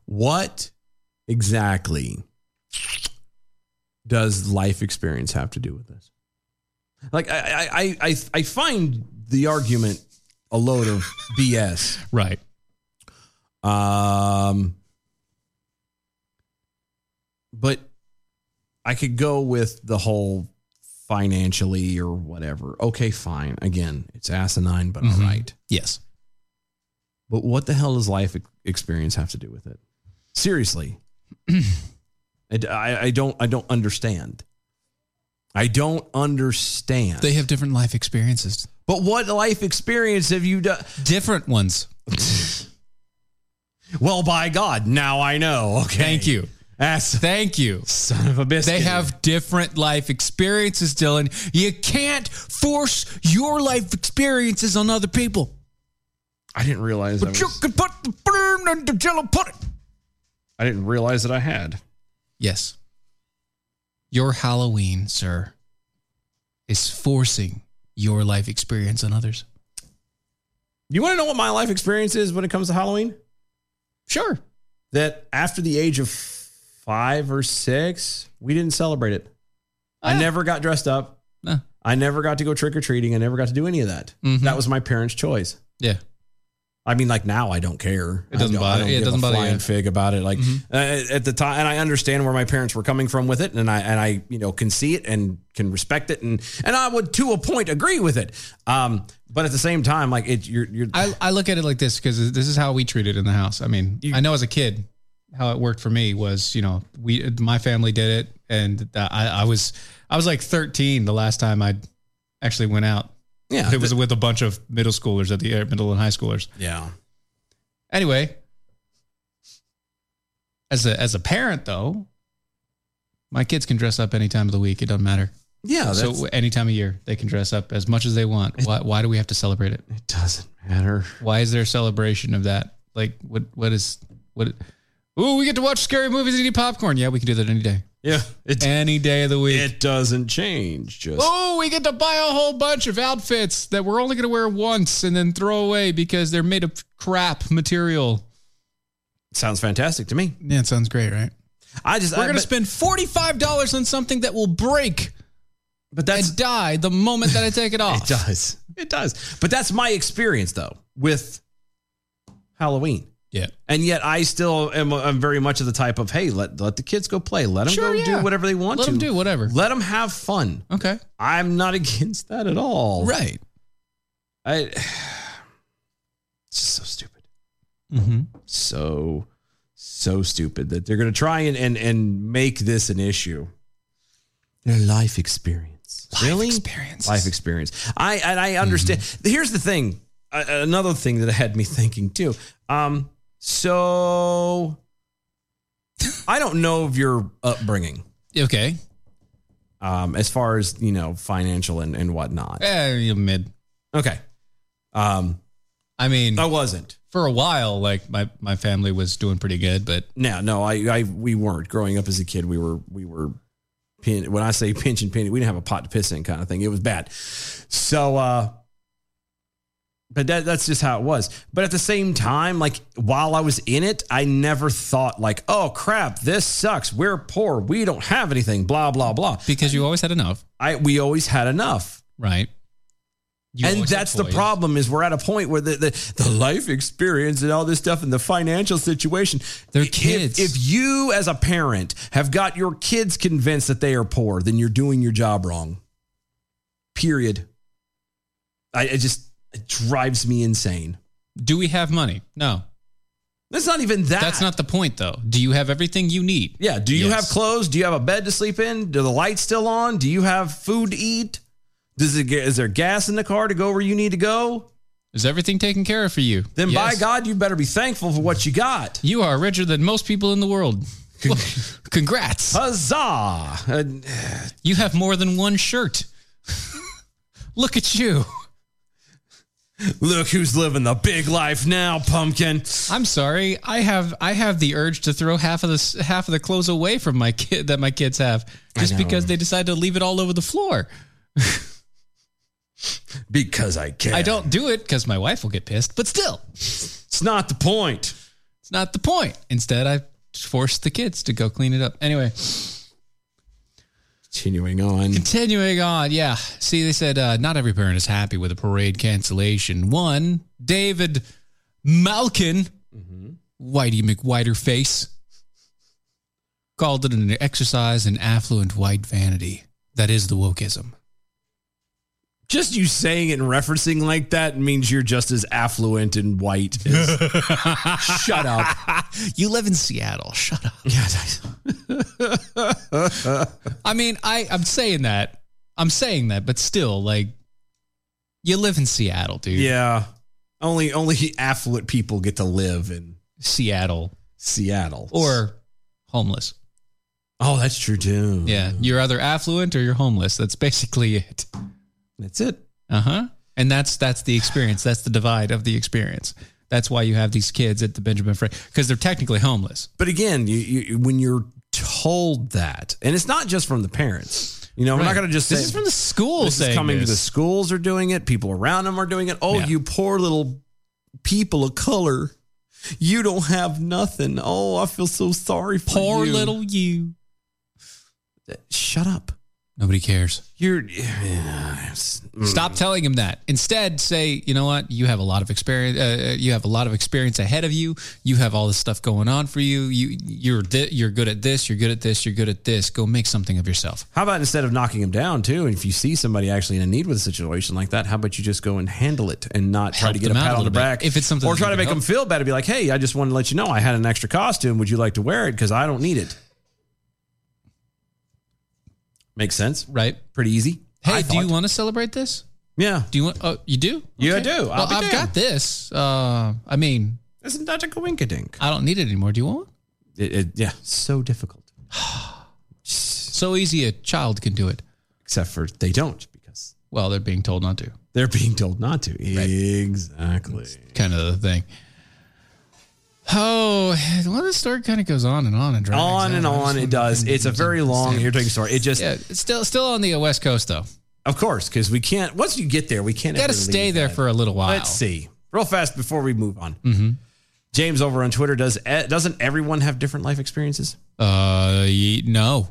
what exactly does life experience have to do with this? Like, I, I, I- I, I find the argument a load of BS. right Um, but I could go with the whole financially or whatever. Okay, fine. Again, it's asinine, but all Mhm. right. yes But what the hell does life ex- experience have to do with it? Seriously, I, d- I- I don't I don't understand. I don't understand. they have different life experiences but what life experience have you done? different ones Well, by God, now I know. Okay, thank you That's thank you son of a biscuit. they have different life experiences dylan you can't force your life experiences on other people I didn't realize. I, but you was- can put the burn on the jello pudding I didn't realize that I had. Yes. Your Halloween, sir, is forcing your life experience on others. You want to know what my life experience is when it comes to Halloween? Sure. That after the age of five or six, we didn't celebrate it. I Oh, Yeah. never got dressed up. No. I never got to go trick or treating. I never got to do any of that. Mhm. That was my parents' choice. Yeah. I mean, like now I don't care. It doesn't I don't, bother- I don't yeah, it give doesn't a bother you. Mm-hmm. flying fig about it. Like uh, at the time, and I understand where my parents were coming from with it, and I and I you know can see it and can respect it, and and I would to a point agree with it. Um, but at the same time, like it, you're you're I, I look at it like this because this is how we treat it in the house. I mean, I know as a kid how it worked for me was, you know, we my family did it, and I, I was I was like 13 the last time I actually went out. yeah It was with a bunch of middle schoolers at the uh, middle and high schoolers. yeah Anyway, as a as a parent though, my kids can dress up any time of the week. It doesn't matter. yeah. so any time of year, they can dress up as much as they want. Why why do we have to celebrate it? it doesn't matter. Why is there a celebration of that? Like what what is what? Ooh, we get to watch scary movies and eat popcorn. Yeah, we can do that any day, Yeah, it any day of the week. it doesn't change. Just Oh, we get to buy a whole bunch of outfits that we're only going to wear once and then throw away because they're made of crap material. sounds fantastic to me. Yeah, it sounds great, right? I just We're I, going to but- spend $45 on something that will break but that's and die the moment that I take it off. It does. It does. But that's my experience though with Halloween. Yeah. And yet I still am I'm very much of the type of hey, let let the kids go play. Let them go Sure, yeah. do whatever they want Let to. them do whatever. Let them have fun. Okay. I'm not against that at all. Right. I It's just so stupid. Mm-hmm. So so stupid that they're going to try and and and make this an issue. Their life experience. really? Mm-hmm. Experience. life experience. I and I understand. Here's the thing. Uh, another thing that had me thinking too. Um, so I don't know of your upbringing. Okay. um, as far as you know, financial and, and whatnot. Eh, you're mid. Okay, um, I mean, I wasn't. for a while, like my, my family was doing pretty good, but No, no, I, I we weren't. Growing up as a kid, we were we were pin when I say pinch and penny, we didn't have a pot to piss in kind of thing. It was bad. So uh but that that's just how it was. But at the same time, like while I was in it, I never thought like, oh crap, this sucks. We're poor. We don't have anything, blah, blah, blah. because you always had enough, I we always had enough. right? You and always had that's the toys. problem is we're at a point where the, the, the life experience and all this stuff and the financial situation. They're If- kids. If, you as a parent have got your kids convinced that they are poor, then you're doing your job wrong. Period. I it just it drives me insane. Do we have money? No. That's not even that. That's not the point, though. Do you have everything you need? Yeah. Do you Yes. have clothes? Do you have a bed to sleep in? Do the lights still on? Do you have food to eat? Does it get, is there gas in the car to go where you need to go? Is everything taken care of for you? Then by Yes. God, you better be thankful for what you got. you are richer than most people in the world. Well, Congrats. Huzzah! Uh, You have more than one shirt. Look at you. look who's living the big life now, pumpkin. I'm sorry. I have I have the urge to throw half of the s- half of the clothes away from my kid that my kids have just because they decide to leave it all over the floor. Because I can. I don't do it because my wife will get pissed, but still, It's not the point. it's not the point. Instead, I force the kids to go clean it up. Anyway, Continuing on. continuing on. Yeah. See, they said uh, not every parent is happy with a parade cancellation. One, David Malkin, Whitey McWhiterface, called it an exercise in affluent white vanity. That is the wokeism. Just you saying it and referencing like that means you're just as affluent and white. As, shut up. You live in Seattle. Shut up. I mean, I, I'm saying that. I'm saying that, but still, like, you live in Seattle, dude. yeah. Only only affluent people get to live in Seattle Seattle. or homeless. oh, that's true too. Yeah, you're either affluent or you're homeless. That's basically it. that's it. Uh huh. And that's that's the experience. That's the divide of the experience. That's why you have these kids at the Benjamin Franklin because they're technically homeless. But again, you, you when you're told that, and it's not just from the parents. You know, we're not going to just this say is from the school. This is saying coming to the this. schools are doing it. People around them are doing it. Oh, Yeah. you poor little people of color. You don't have nothing. Oh, I feel so sorry for poor you. little you. Shut up. Nobody cares. You're. Yes. Stop telling him that. Instead, say, you know what? You have a lot of experience. Uh, you have a lot of experience ahead of you. You have all this stuff going on for you. You you're thi- you're good at this. You're good at this. You're good at this. Go make something of yourself. How about instead of knocking them down too, and if you see somebody actually in a need with a situation like that, how about you just go and handle it and not try Help to get a them out pat a on the little bit. back If it's something or that try to you can make them help. feel better, be like, "Hey, I just wanted to let you know I had an extra costume. Would you like to wear it? Because I don't need it." Makes sense. Right? Pretty easy. Hey, I do you thought. want to celebrate this? Yeah. Do you want? Oh, you do? Yeah, I do. I'll well, be I've damned. got this. Uh, I mean, Isn't that a coinkadink? I don't need it anymore. Do you want one? It, it, yeah, so difficult. So easy a child can do it. Except for they don't because Well, they're being told not to. they're being told not to. Exactly. Kind of the thing. Oh, well, this story kind of goes on and on and drags On and out. I just on it wanna- does. It's a very long, irritating story. It just, Yeah, it's still still on the uh, West Coast though. of course, because we can't. Once you get there, we can't. Got to ever leave stay there that. for a little while. Mm-hmm. Let's see, real fast before we move on. James over on Twitter does. eh, Doesn't everyone have different life experiences? Uh, ye- no.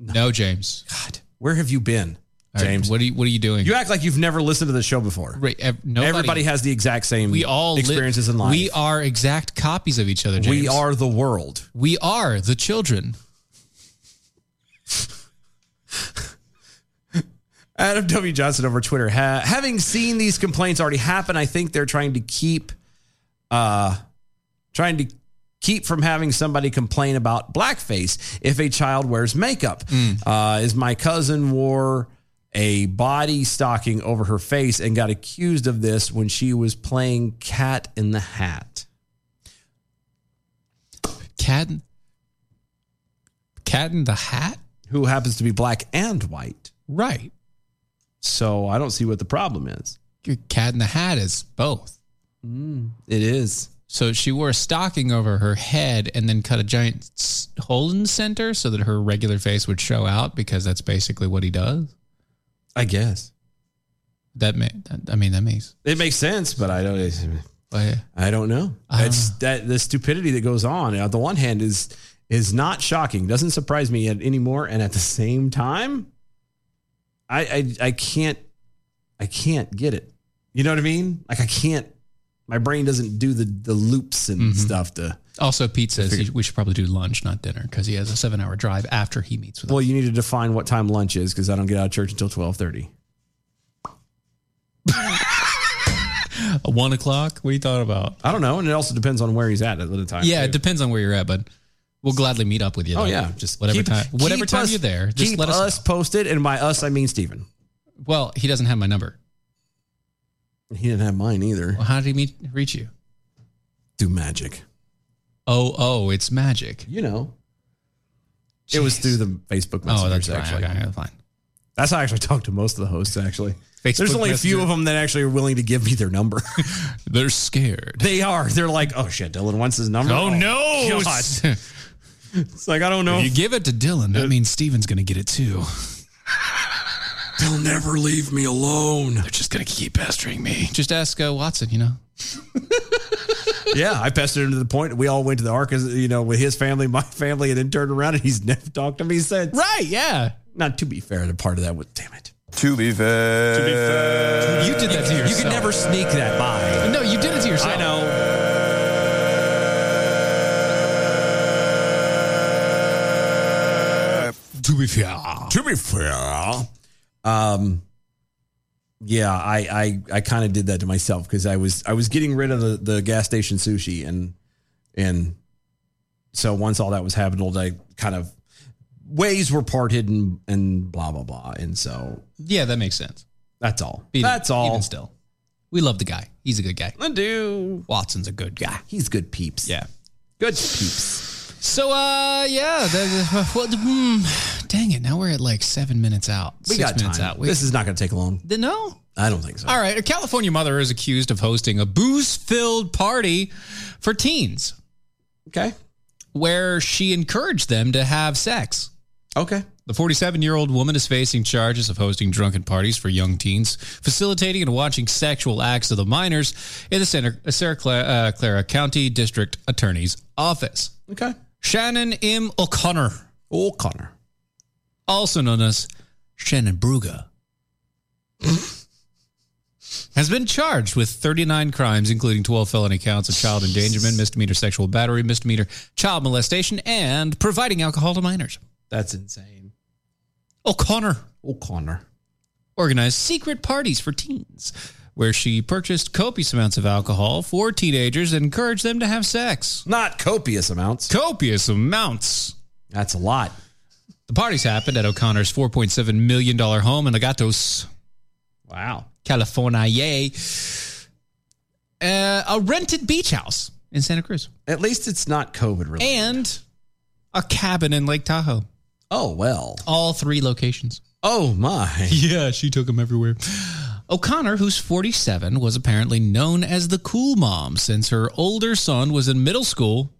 no, James. God, where have you been, All right, James? what are you what are you doing? you act like you've never listened to the show before. Right, ev- nobody- Everybody has the exact same we all li- experiences in life. We are exact copies of each other. James. we are the world. We are the children. Adam W. Johnson over Twitter. Ha- having seen these complaints already happen, I think they're trying to keep, uh, trying to keep from having somebody complain about blackface if a child wears makeup. Mm. Uh, is my cousin wore a body stocking over her face and got accused of this when she was playing Cat in the Hat. Cat. Cat in the Hat? who happens to be black and white. Right. So I don't see what the problem is. Your Cat in the Hat is both. It is. So she wore a stocking over her head and then cut a giant s- hole in the center so that her regular face would show out because that's basically what he does. I guess. That, ma- that I mean, that makes. It makes sense, but I don't Well, I don't know. I don't That's that the stupidity that goes on on the one hand is is not shocking. Doesn't surprise me at anymore and at the same time I I I can't I can't get it. You know what I mean? Like I can't my brain doesn't do the the loops Mm-hmm. and stuff to Also, Pete says he- we should probably do lunch, not dinner, because he has a seven hour drive after he meets with Well, you need to define what time lunch is because I don't get out of church until twelve thirty. us. One o'clock? What are you talking about? I don't know, and it also depends on where he's at at the time. yeah, too. it depends on where you're at, but we'll gladly meet up with you. Oh though. yeah, just whatever keep- time, whatever keep time us- you're there, just keep let us. us posted, and by us I mean Steven. know. Well, he doesn't have my number. He didn't have mine either. Well, how did he meet, reach you? Do magic, Oh, oh, it's magic. you know. It was Jeez. through the Facebook Oh, messengers. that's right. actually, Actually, okay, fine. that's how I actually talked to most of the hosts. Actually, Facebook there's only a Messenger. few of them that actually are willing to give me their number. They're scared. they are. They're like, oh shit, Dylan wants his number. Oh, no! God. It's like I don't know. If you give it to Dylan, that means Steven's going to get it too. They'll never leave me alone. They're just going to keep pestering me. Just ask uh, Watson, you know? Yeah, I pestered him to the point we all went to the ark, you know, with his family, my family, and then turned around and he's never talked to me since. Right, yeah. Not to be fair, the part of that was damn it. To be fair. To be fair. You did that to yourself. You can never sneak that by. No, you did it to yourself. I know. To be fair. To be fair, um, yeah, I I I kind of did that to myself because I was I was getting rid of the the gas station sushi and and so once all that was handled, I kind of ways were parted and and blah blah blah, and so Yeah, that makes sense. that's all. Even- that's all. Even still. We love the guy. He's a good guy. I do. Watson's a good guy. He's good peeps. Yeah. Good peeps. So, uh, yeah. The, the, what, mm, dang it. Now we're at like seven minutes out. We six got minutes time. out. We, this is not going to take long. the, no. I don't think so. All right. A California mother is accused of hosting a booze filled party for teens Okay. where she encouraged them to have sex. Okay. The 47 year old woman is facing charges of hosting drunken parties for young teens, facilitating and watching sexual acts of the minors in the Santa, Santa Clara, uh, Clara County District Attorney's Office. Okay. Shannon M. O'Connor, Oh, Connor. also known as Shannon Bruga, has been charged with 39 crimes, including 12 felony counts of child endangerment, misdemeanor sexual battery, misdemeanor child molestation, and providing alcohol to minors. That's insane. O'Connor Oh, Connor. organized secret parties for teens where she purchased copious amounts of alcohol for teenagers and encouraged them to have sex. Not copious amounts. Copious amounts. That's a lot. The parties happened at O'Connor's $4.7 million home in Agatos, Wow. California, yay. Uh, a rented beach house in Santa Cruz At least it's not COVID related. and a cabin in Lake Tahoe. oh, well. All three locations. Oh, my. Yeah, she took him everywhere. O'Connor, who's 47, was apparently known as the cool mom since her older son was in middle school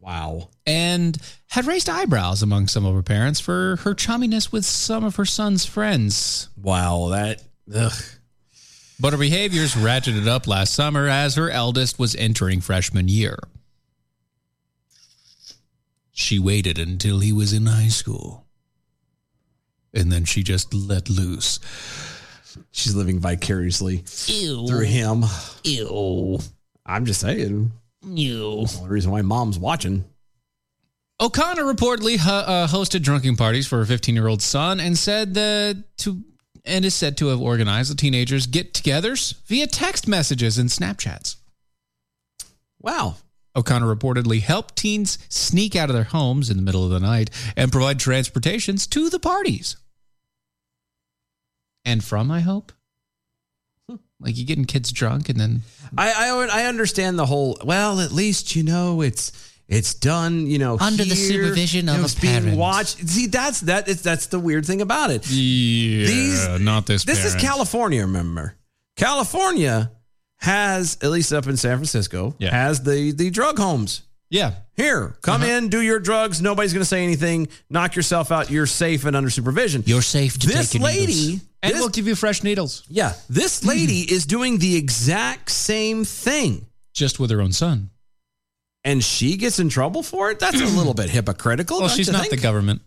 Wow. and had raised eyebrows among some of her parents for her chumminess with some of her son's friends. Wow. That. Ugh. But her behaviors ratcheted up last summer as her eldest was entering freshman year. She waited until he was in high school. And then she just let loose. She's living vicariously through him. Ew. I'm just saying. Ew. The only reason why mom's watching. O'Connor reportedly hu- uh, hosted drunken parties for her 15 year old son and said that to and is said to have organized the teenagers get-togethers via text messages and Snapchats. Wow. O'Connor reportedly helped teens sneak out of their homes in the middle of the night and provide transportations to the parties. And from, I hope. Hmm. Like you getting kids drunk and then I, I I understand the whole. Well, at least you know it's It's done, you know, Under the here, supervision of you know, a it's being parent. watched. See, that's that. It's, that's the weird thing about it. Yeah, These- not this. This is parent. California, remember? California has, at least up in San Francisco, Yeah. has the the drug homes. Yeah, Here, come Uh-huh. in, do your drugs. Nobody's going to say anything. Knock yourself out. You're safe and under supervision. You're safe to this take your lady, needles. and Hmm. this- we'll give you fresh needles, yeah, this lady is doing the exact same thing, just with her own son. and she gets in trouble for it. That's a little bit hypocritical. Hmm. Well, don't Oh, she's you not think? the government.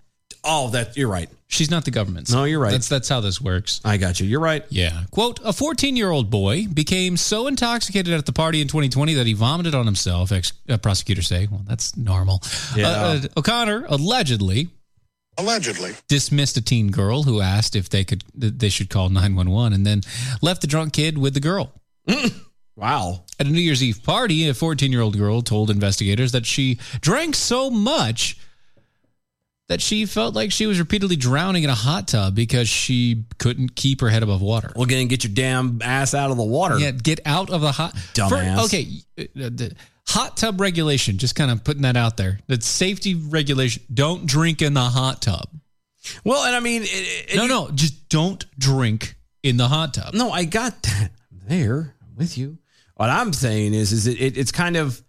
Oh, that you're right. She's not the government. No, you're right. That's that's how this works. I got you. You're right. Yeah. Quote, a 14 year old boy became so intoxicated at the party in 2020 that he vomited on himself, ex- uh, prosecutors say. Well, that's normal. Yeah. Uh, uh, O'Connor allegedly. Allegedly. Dismissed a teen girl who asked if they could, th- they should call 911 and then left the drunk kid with the girl. Wow. At a New Year's Eve party, a 14 year old girl told investigators that she drank so much that she felt like she was repeatedly drowning in a hot tub because she couldn't keep her head above water. Well, again, get your damn ass out of the water. Yeah, get out of the hot. Dumbass. Fir- okay, uh, the hot tub regulation. Just kind of putting that out there. That safety regulation. Don't drink in the hot tub. Well, and I mean, it, it, no, no, just don't drink in the hot tub. No, I got that. I'm there I'm with you. What I'm saying is, is it, it, it's kind of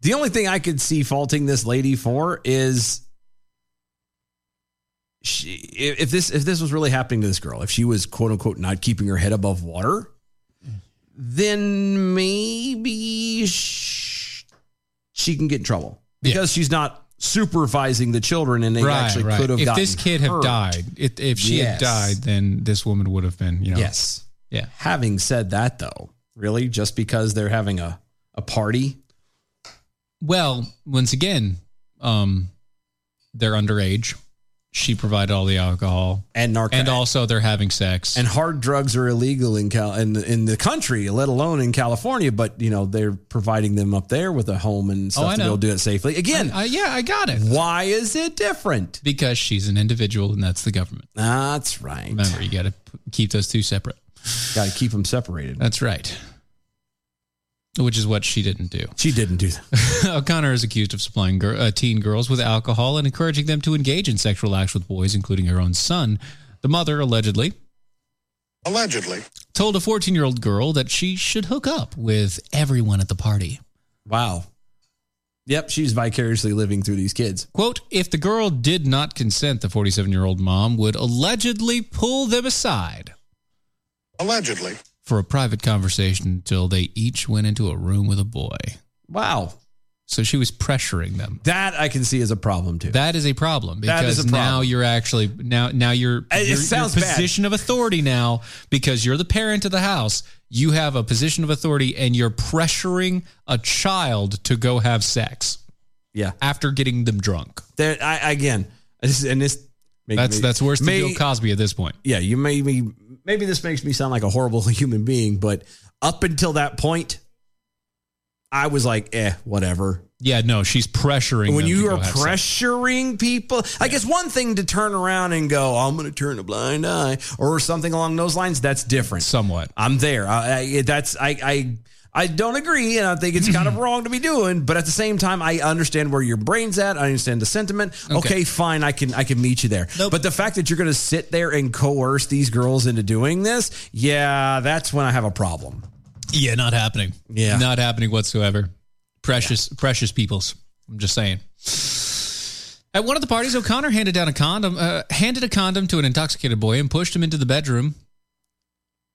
the only thing I could see faulting this lady for is she, if if this if this was really happening to this girl, if she was quote unquote not keeping her head above water, then maybe she, she can get in trouble Yeah. because she's not supervising the children, and they actually could have. If gotten this kid had hurt. died, if, if she Yes. had died, then this woman would have been, you know. yes, Yeah. Having said that, though, really, just because they're having a, a party, Well, once again, um, they're underage. She provided all the alcohol, and narco and also they're having sex. and hard drugs are illegal in Cal in the, in the country, let alone in California. But you know they're providing them up there with a home and Oh, stuff I to be know. able to do it safely. Again, Uh, yeah, I got it. why is it different? Because she's an individual, and that's the government. That's right. Remember, you got to keep those two separate. Got to keep them separated. That's right. Which is what she didn't do. She didn't do that. O'Connor is accused of supplying gir- uh, teen girls with alcohol and encouraging them to engage in sexual acts with boys, including her own son. The mother allegedly Allegedly. told a 14 year old girl that she should hook up with everyone at the party. Wow. Yep, she's vicariously living through these kids. Quote, if the girl did not consent, the 47 year old mom would allegedly pull them aside Allegedly. for a private conversation until they each went into a room with a boy. Wow. So she was pressuring them. That I can see as a problem too. That is a problem because That is a problem. now you're actually now now you're It your, sounds bad. position of authority now because you're the parent of the house. You have a position of authority and you're pressuring a child to go have sex yeah. after getting them drunk. That I again, this, and this make That's me- that's worse than may- Bill Cosby at this point. Yeah, you may be. Maybe this makes me sound like a horrible human being, but up until that point, I was like, eh, whatever. Yeah, no, she's pressuring. when them to you go are have sex. pressuring people, like it's one thing to turn around and go, "I'm going to turn a blind eye" or something along those lines. That's different. somewhat. I'm there. I, I that's I I I don't agree, and I think it's kind of wrong to be doing. But at the same time, I understand where your brain's at. I understand the sentiment. Okay, fine, I can I can meet you there. But the fact that you're going to sit there and coerce these girls into doing this, yeah, that's when I have a problem. Yeah, not happening. Yeah. Not happening whatsoever. Precious, precious peoples. I'm just saying. At one of the parties, O'Connor handed down a condom, uh, handed a condom to an intoxicated boy and pushed him into the bedroom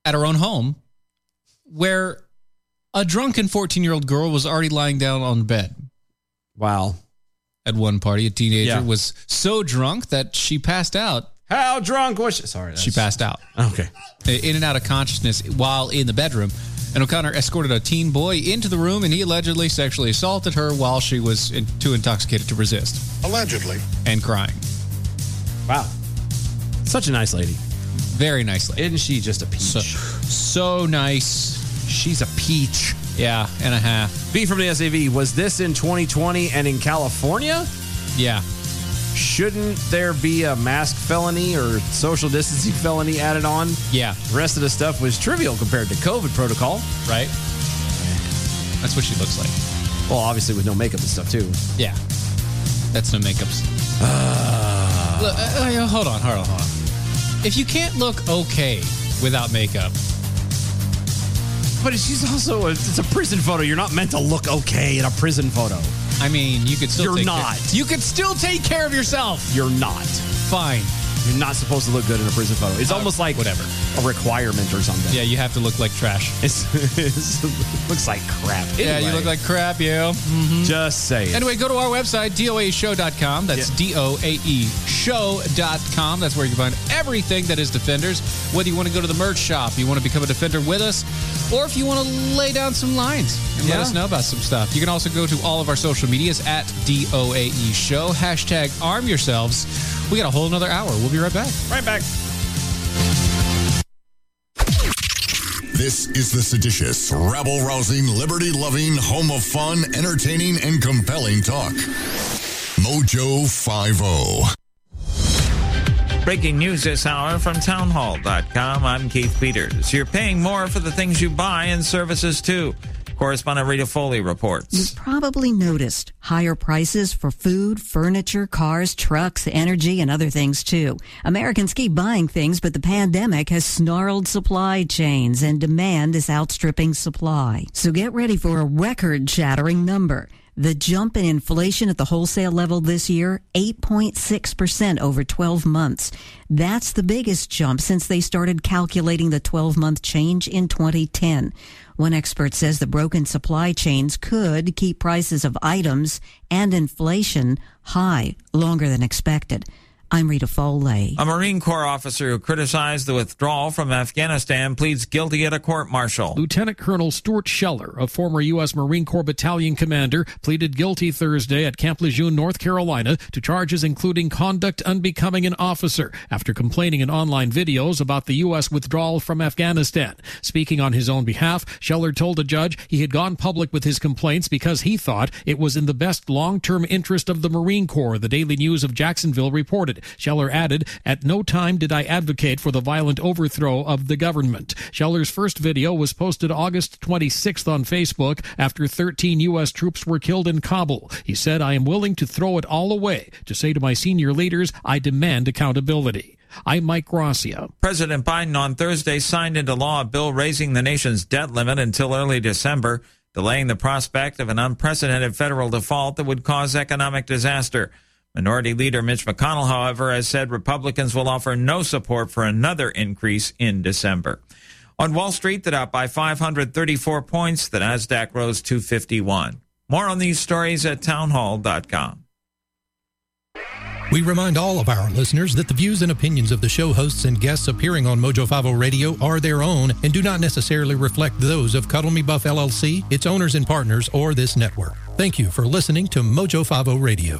at her own home, where a drunken 14 year old girl was already lying down on bed. Wow, At one party, a teenager Yeah. was so drunk that she passed out. how drunk was she? Sorry, She passed out. Okay, uh, in and out of consciousness while in the bedroom. And O'Connor escorted a teen boy into the room, and he allegedly sexually assaulted her while she was in, too intoxicated to resist Allegedly. and crying. wow, such a nice lady, Very nicely. isn't she? Just a peach. so, so nice. She's a peach. Yeah, and a half. B from the SAV. Was this in 2020 and in California? Yeah. Shouldn't there be a mask felony or social distancing felony added on? Yeah. The rest of the stuff was trivial compared to COVID protocol. Right? That's what she looks like. Well, obviously with no makeup and stuff too. Yeah. That's no makeups. Look, uh, uh, yeah, hold on, hold on, hold on. If you can't look okay without makeup, But she's also a, it's a prison photo. You're not meant to look okay in a prison photo. I mean, you could still You're take not. Care, you could still take care of yourself. You're not. Fine. You're not supposed to look good in a prison photo. It's Uh, almost like whatever. a requirement or something. Yeah, you have to look like trash. It's, it looks like crap. Yeah, you Anyway, look like crap, you. Just say it. Anyway, go to our website, doaeshow.com. That's Yeah. D-O-A-E show.com. That's where you can find everything that is Defenders. Whether you want to go to the merch shop, you want to become a Defender with us, or if you want to lay down some lines and let Yeah. us know about some stuff. You can also go to all of our social medias at D-O-A-E E show. Hashtag arm yourselves. We got a whole another hour. We'll be right back. Right back. This is the seditious, rabble rousing, liberty loving, home of fun, entertaining, and compelling talk. Mojo 50. Breaking news this hour from townhall.com. I'm Keith Peters. You're paying more for the things you buy and services too. Correspondent Rita Foley You reports. probably noticed higher prices for food, furniture, cars, trucks, energy, and other things too. Americans keep buying things, but the pandemic has snarled supply chains and demand is outstripping supply. So get ready for a record shattering number. The jump in inflation at the wholesale level this year, 8.6% over 12 months. That's the biggest jump since they started calculating the 12 month change in 2010. One expert says the broken supply chains could keep prices of items and inflation high longer than expected. I'm Rita Foley. A Marine Corps officer who criticized the withdrawal from Afghanistan pleads guilty at a court martial. Lieutenant Colonel Stuart Scheller, a former U.S. Marine Corps battalion commander, pleaded guilty Thursday at Camp Lejeune, North Carolina, to charges including conduct unbecoming an officer after complaining in online videos about the U.S. withdrawal from Afghanistan. Speaking on his own behalf, Scheller told a judge he had gone public with his complaints because he thought it was in the best long term interest of the Marine Corps, the Daily News of Jacksonville reported. Scheller added, At no time did I advocate for the violent overthrow of the government. Scheller's first video was posted August 26th on Facebook after 13 U.S. troops were killed in Kabul. He said, I am willing to throw it all away to say to my senior leaders, I demand accountability. I'm Mike Gracia. President Biden on Thursday signed into law a bill raising the nation's debt limit until early December, delaying the prospect of an unprecedented federal default that would cause economic disaster. Minority Leader Mitch McConnell, however, has said Republicans will offer no support for another increase in December. On Wall Street, the Dow by 534 points, the Nasdaq rose 251. More on these stories at townhall.com. We remind all of our listeners that the views and opinions of the show hosts and guests appearing on Mojo 50 Radio are their own and do not necessarily reflect those of Cuddle Me Buff LLC, its owners and partners, or this network. Thank you for listening to Mojo 50 Radio.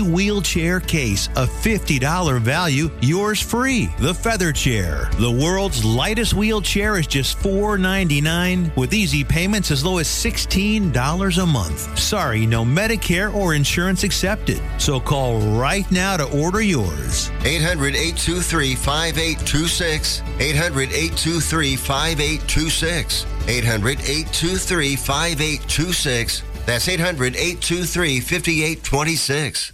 wheelchair case, a $50 value, yours free. The Feather Chair. The world's lightest wheelchair is just $4.99 with easy payments as low as $16 a month. Sorry, no Medicare or insurance accepted. So call right now to order yours. 800 823 5826. 800 823 5826. 800 823 5826. That's 800 823 5826.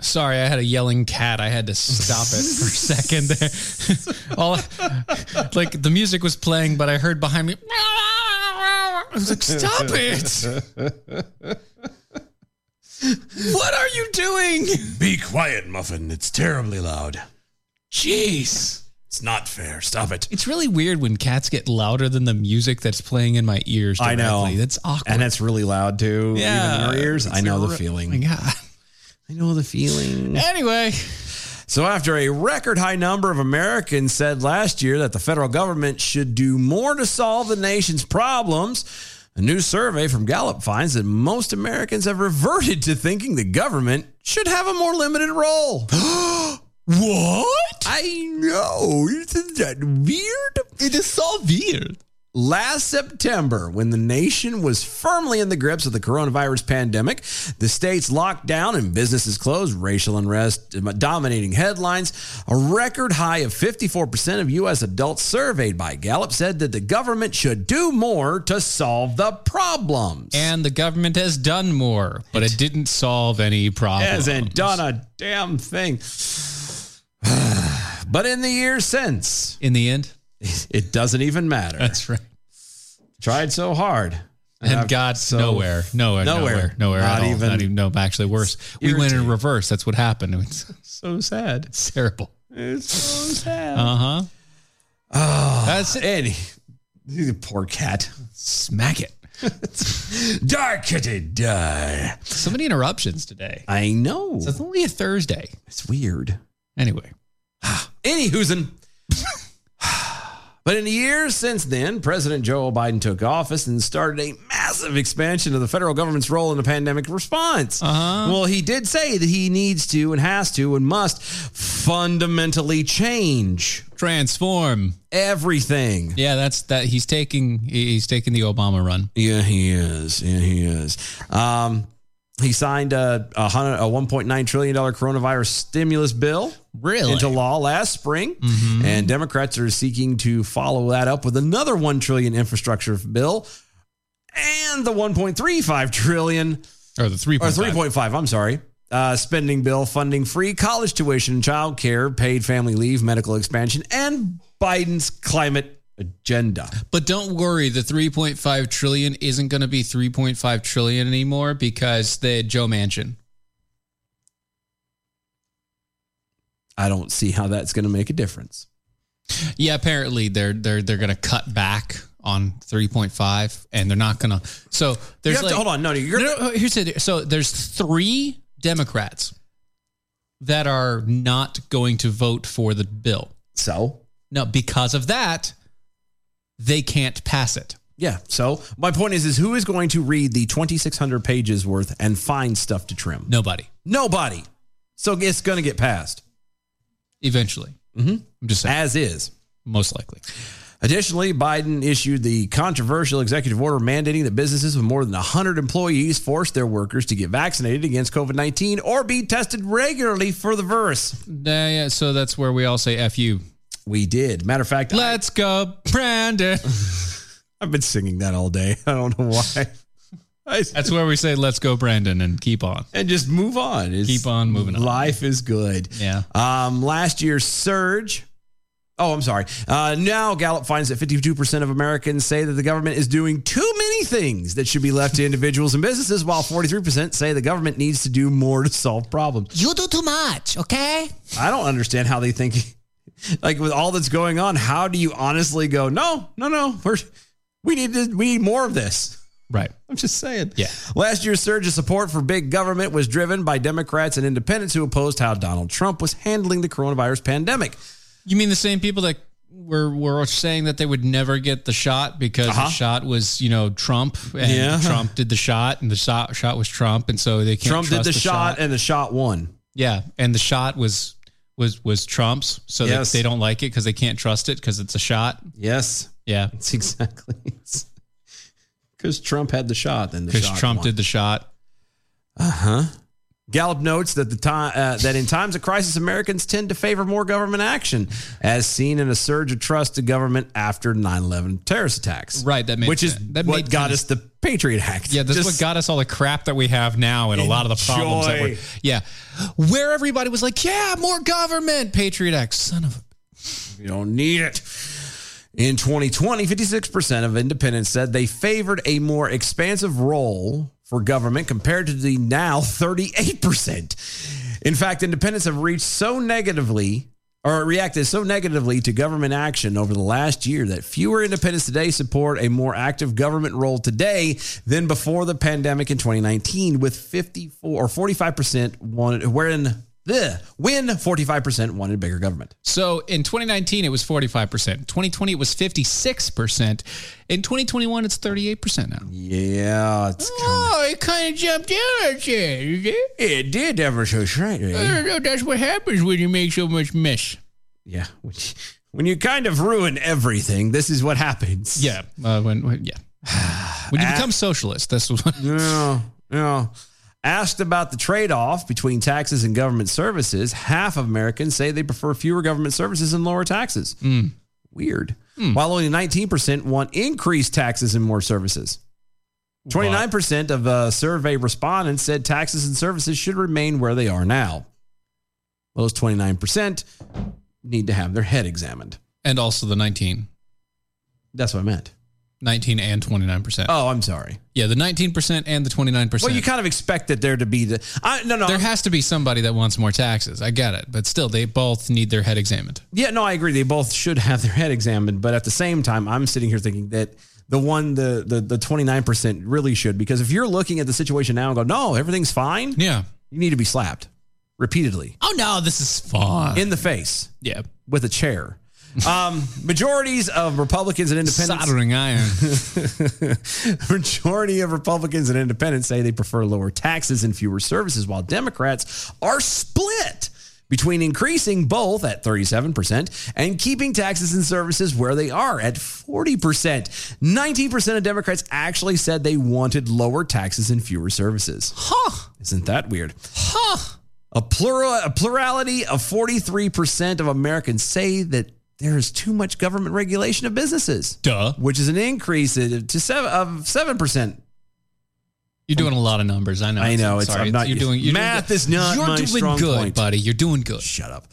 Sorry, I had a yelling cat. I had to stop it for a second there. All like the music was playing, but I heard behind me. I was like, "Stop it!" what are you doing? Be quiet, Muffin. It's terribly loud. Jeez. It's not fair. Stop it. It's really weird when cats get louder than the music that's playing in my ears. I know. directly. that's awkward. And it's really loud too. Yeah. Even in our ears. I It's know irre- the feeling. My God. I know the feeling. Anyway. So, after a record high number of Americans said last year that the federal government should do more to solve the nation's problems, a new survey from Gallup finds that most Americans have reverted to thinking the government should have a more limited role. what? I know. Isn't that weird? It is so weird. Last September, when the nation was firmly in the grips of the coronavirus pandemic, the states locked down and businesses closed, racial unrest um, dominating headlines, a record high of 54% of U.S. adults surveyed by Gallup said that the government should do more to solve the problems. And the government has done more, but it didn't solve any problems. Hasn't done a damn thing. but in the year since, in the end, it doesn't even matter. That's right. Tried so hard and I've- got so- nowhere, nowhere, nowhere, nowhere, Not at all. even. not even. No, actually, worse. We went in reverse. That's what happened. It's so sad. It's terrible. It's so sad. Uh huh. Oh, that's it. Eddie, you poor cat. Smack it. die, kitty, die. So many interruptions today. I know. So it's only a Thursday. It's weird. Anyway. Anywhoozin. But in the years since then, President Joe Biden took office and started a massive expansion of the federal government's role in the pandemic response. Uh-huh. Well, he did say that he needs to and has to and must fundamentally change, transform everything. Yeah, that's that. He's taking he's taking the Obama run. Yeah, he is. Yeah, he is. Um, he signed a, a, hundred, a $1.9 trillion coronavirus stimulus bill Really? into law last spring. And Democrats are seeking to follow that up with another $1 trillion infrastructure bill and the $1.35 trillion or the 3.5. or 3.5, I'm sorry. Uh, spending bill funding free college tuition, child care, paid family leave, medical expansion, and Biden's climate agenda. But don't worry, the 3.5 trillion isn't going to be 3.5 trillion anymore because the Joe Manchin. I don't see how that's going to make a difference. Yeah, apparently they're they're they're going to cut back on 3.5 and they're not going to. So there's have to- like, hold on, no, no, you're- no, here's the so there's three Democrats that are not going to vote for the bill. So no, because of that, they can't pass it. Yeah. So my point is, is who is going to read the 2,600 pages worth and find stuff to trim? Nobody. Nobody. So it's going to get passed eventually. Mm-hmm. I'm just saying. as is most likely. Additionally, Biden issued the controversial executive order mandating that businesses with more than 100 employees force their workers to get vaccinated against COVID 19 or be tested regularly for the virus. Yeah, yeah. So that's where we all say "f you." We did. Matter of fact, let's go, Brandon. I've been singing that all day. I don't know why. That's where we say "Let's go, Brandon," and keep on. and just move on. It's- Keep on moving on. Life is good. Yeah. Um, last year's surge Oh, I'm sorry. Uh, now Gallup finds that 52% of Americans say that the government is doing too many things that should be left to individuals and businesses, while 43% say the government needs to do more to solve problems. You do too much, okay? I don't understand how they think, like with all that's going on, how do you honestly go, no, no, no, we're, we need to, we need more of this. Right. I'm just saying. Yeah. Last year's surge of support for big government was driven by Democrats and independents who opposed how Donald Trump was handling the coronavirus pandemic. You mean the same people that were were saying that they would never get the shot because Uh-huh. the shot was you know Trump and Yeah. Trump did the shot and the shot shot was Trump and so they can't Trump did trust the, shot, and the shot won. yeah and the shot was was was Trump's so Yes. that they don't like it because they can't trust it because it's a shot Yes. yeah that's exactly Because Trump had the shot, then the because shot Trump won. did the shot Uh huh. Gallup notes that the time uh, that in times of crisis, Americans tend to favor more government action, as seen in a surge of trust to government after 9/11 terrorist attacks. Right, that made which is sense. That what made got kinda- us the Patriot Act. yeah this is Just- what got us all the crap that we have now and a lot of the problems that were Enjoy. yeah where everybody was like yeah more government Patriot Act son of a You don't need it. In 2020, 56% of independents said they favored a more expansive role for government compared to the now 38%. In fact, independents have reached so negatively or reacted so negatively to government action over the last year that fewer independents today support a more active government role today than before the pandemic in 2019 with 54 or 45% wanted wherein the when 45% wanted bigger government. So in 2019, it was 45%. 2020, it was 56%. In 2021, it's 38% now. Yeah, it's Oh, it kind of jumped out at you. you did? It did ever so slightly. I don't know. That's what happens when you make so much mess. Yeah. Which, when you kind of ruin everything, this is what happens. Yeah. Uh, when, when, yeah. When you become socialist, that's what. Yeah. Yeah. Asked about the trade off between taxes and government services, half of Americans say they prefer fewer government services and lower taxes. Weird. While only 19% want increased taxes and more services. 29% of uh, survey respondents said taxes and services should remain where they are now. Well, those 29% need to have their head examined. And also the 19. That's what I meant. 19 and 29%. Oh, I'm sorry. Yeah, the 19% and the 29%. Well, you kind of expect that there to be the. I, no, no. There has to be somebody that wants more taxes. I get it. But still, they both need their head examined. Yeah, no, I agree. They both should have their head examined, but at the same time, I'm sitting here thinking that the one the the the 29% really should because if you're looking at the situation now and go, "No, everything's fine." Yeah. You need to be slapped repeatedly. Oh no, this is fine. In the face. Yeah. With a chair. Um, majorities of Republicans and independents Soldering iron. Majority of Republicans and independents say they prefer lower taxes and fewer services, while Democrats are split between increasing both at 37% and keeping taxes and services where they are at 40%. 19% of Democrats actually said they wanted lower taxes and fewer services. Huh. Isn't that weird? Huh. A, plural, a plurality of 43% of Americans say that there is too much government regulation of businesses. Duh. Which is an increase of- to seven, of 7%. You're doing a lot of numbers. I know. I know, it's- I'm not You're used- doing you're Math doing, is not You're my doing strong good, point. buddy. You're doing good. Shut up.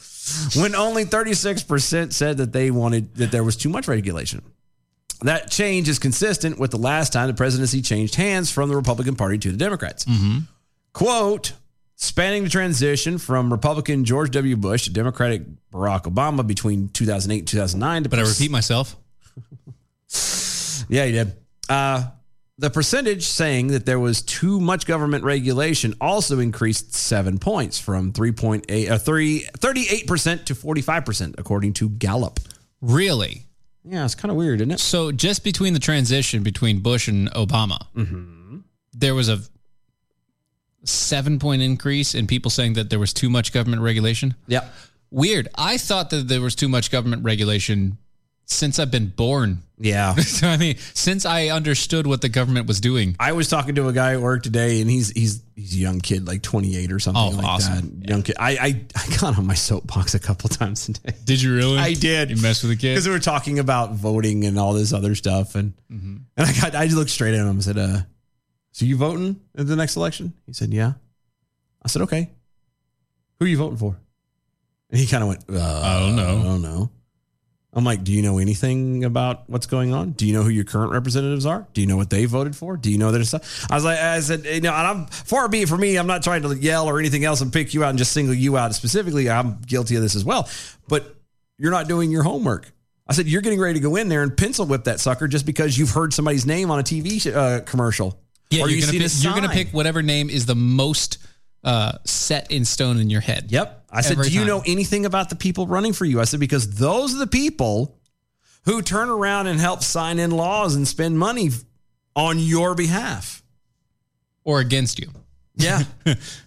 When only 36% said that they wanted that there was too much regulation. That change is consistent with the last time the presidency changed hands from the Republican Party to the Democrats. Quote, spanning the transition from Republican George W. Bush to Democratic Barack Obama between 2008 and 2009. But I repeat myself. yeah, you did. Uh, the percentage saying that there was too much government regulation also increased seven points from 3.8, uh, 3, 38% to 45%, according to Gallup. Really? Yeah, it's kind of weird, isn't it? So just between the transition between Bush and Obama, Mm-hmm. there was a seven point increase in people saying that there was too much government regulation. Yeah. Weird. I thought that there was too much government regulation since I've been born. Yeah. So, I mean, since I understood what the government was doing. I was talking to a guy at work today, and he's he's he's a young kid, like twenty eight or something Oh, like awesome. that. Young kid. I, I I got on my soapbox a couple times today. Did you really? I did. You messed with the kid? because we were talking about voting and all this other stuff, and Mm-hmm. and I got I just looked straight at him and said, "Uh, so you voting in the next election?" He said, "Yeah." I said, "Okay, who are you voting for?" And he kind of went, uh, "I don't know, I don't know." I'm like, do you know anything about what's going on? Do you know who your current representatives are? Do you know what they voted for? Do you know their stuff? I was like, I said, you know, and I'm far be it for me. I'm not trying to yell or anything else and pick you out and just single you out specifically. I'm guilty of this as well, but you're not doing your homework. I said, you're getting ready to go in there and pencil whip that sucker just because you've heard somebody's name on a TV sh- uh, commercial. Yeah, Or you're you've seen a gonna pick, you're gonna sign. pick whatever name is the most uh, set in stone in your head. Yep. I said, Every Do you time. know anything about the people running for you? I said, Because those are the people who turn around and help sign in laws and spend money on your behalf or against you. Yeah.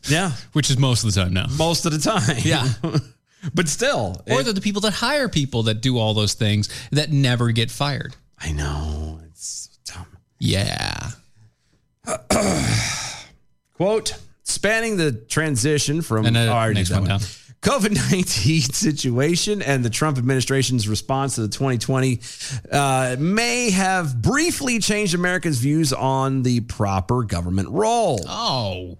yeah. Which is most of the time now. Most of the time. Yeah. but still. Or they're the people that hire people that do all those things that never get fired. I know. Yeah. Quote Spanning the transition from And, uh, Oh, I already next did that one down. COVID 19 situation and the Trump administration's response to the 2020 uh, may have briefly changed Americans' views on the proper government role. Oh,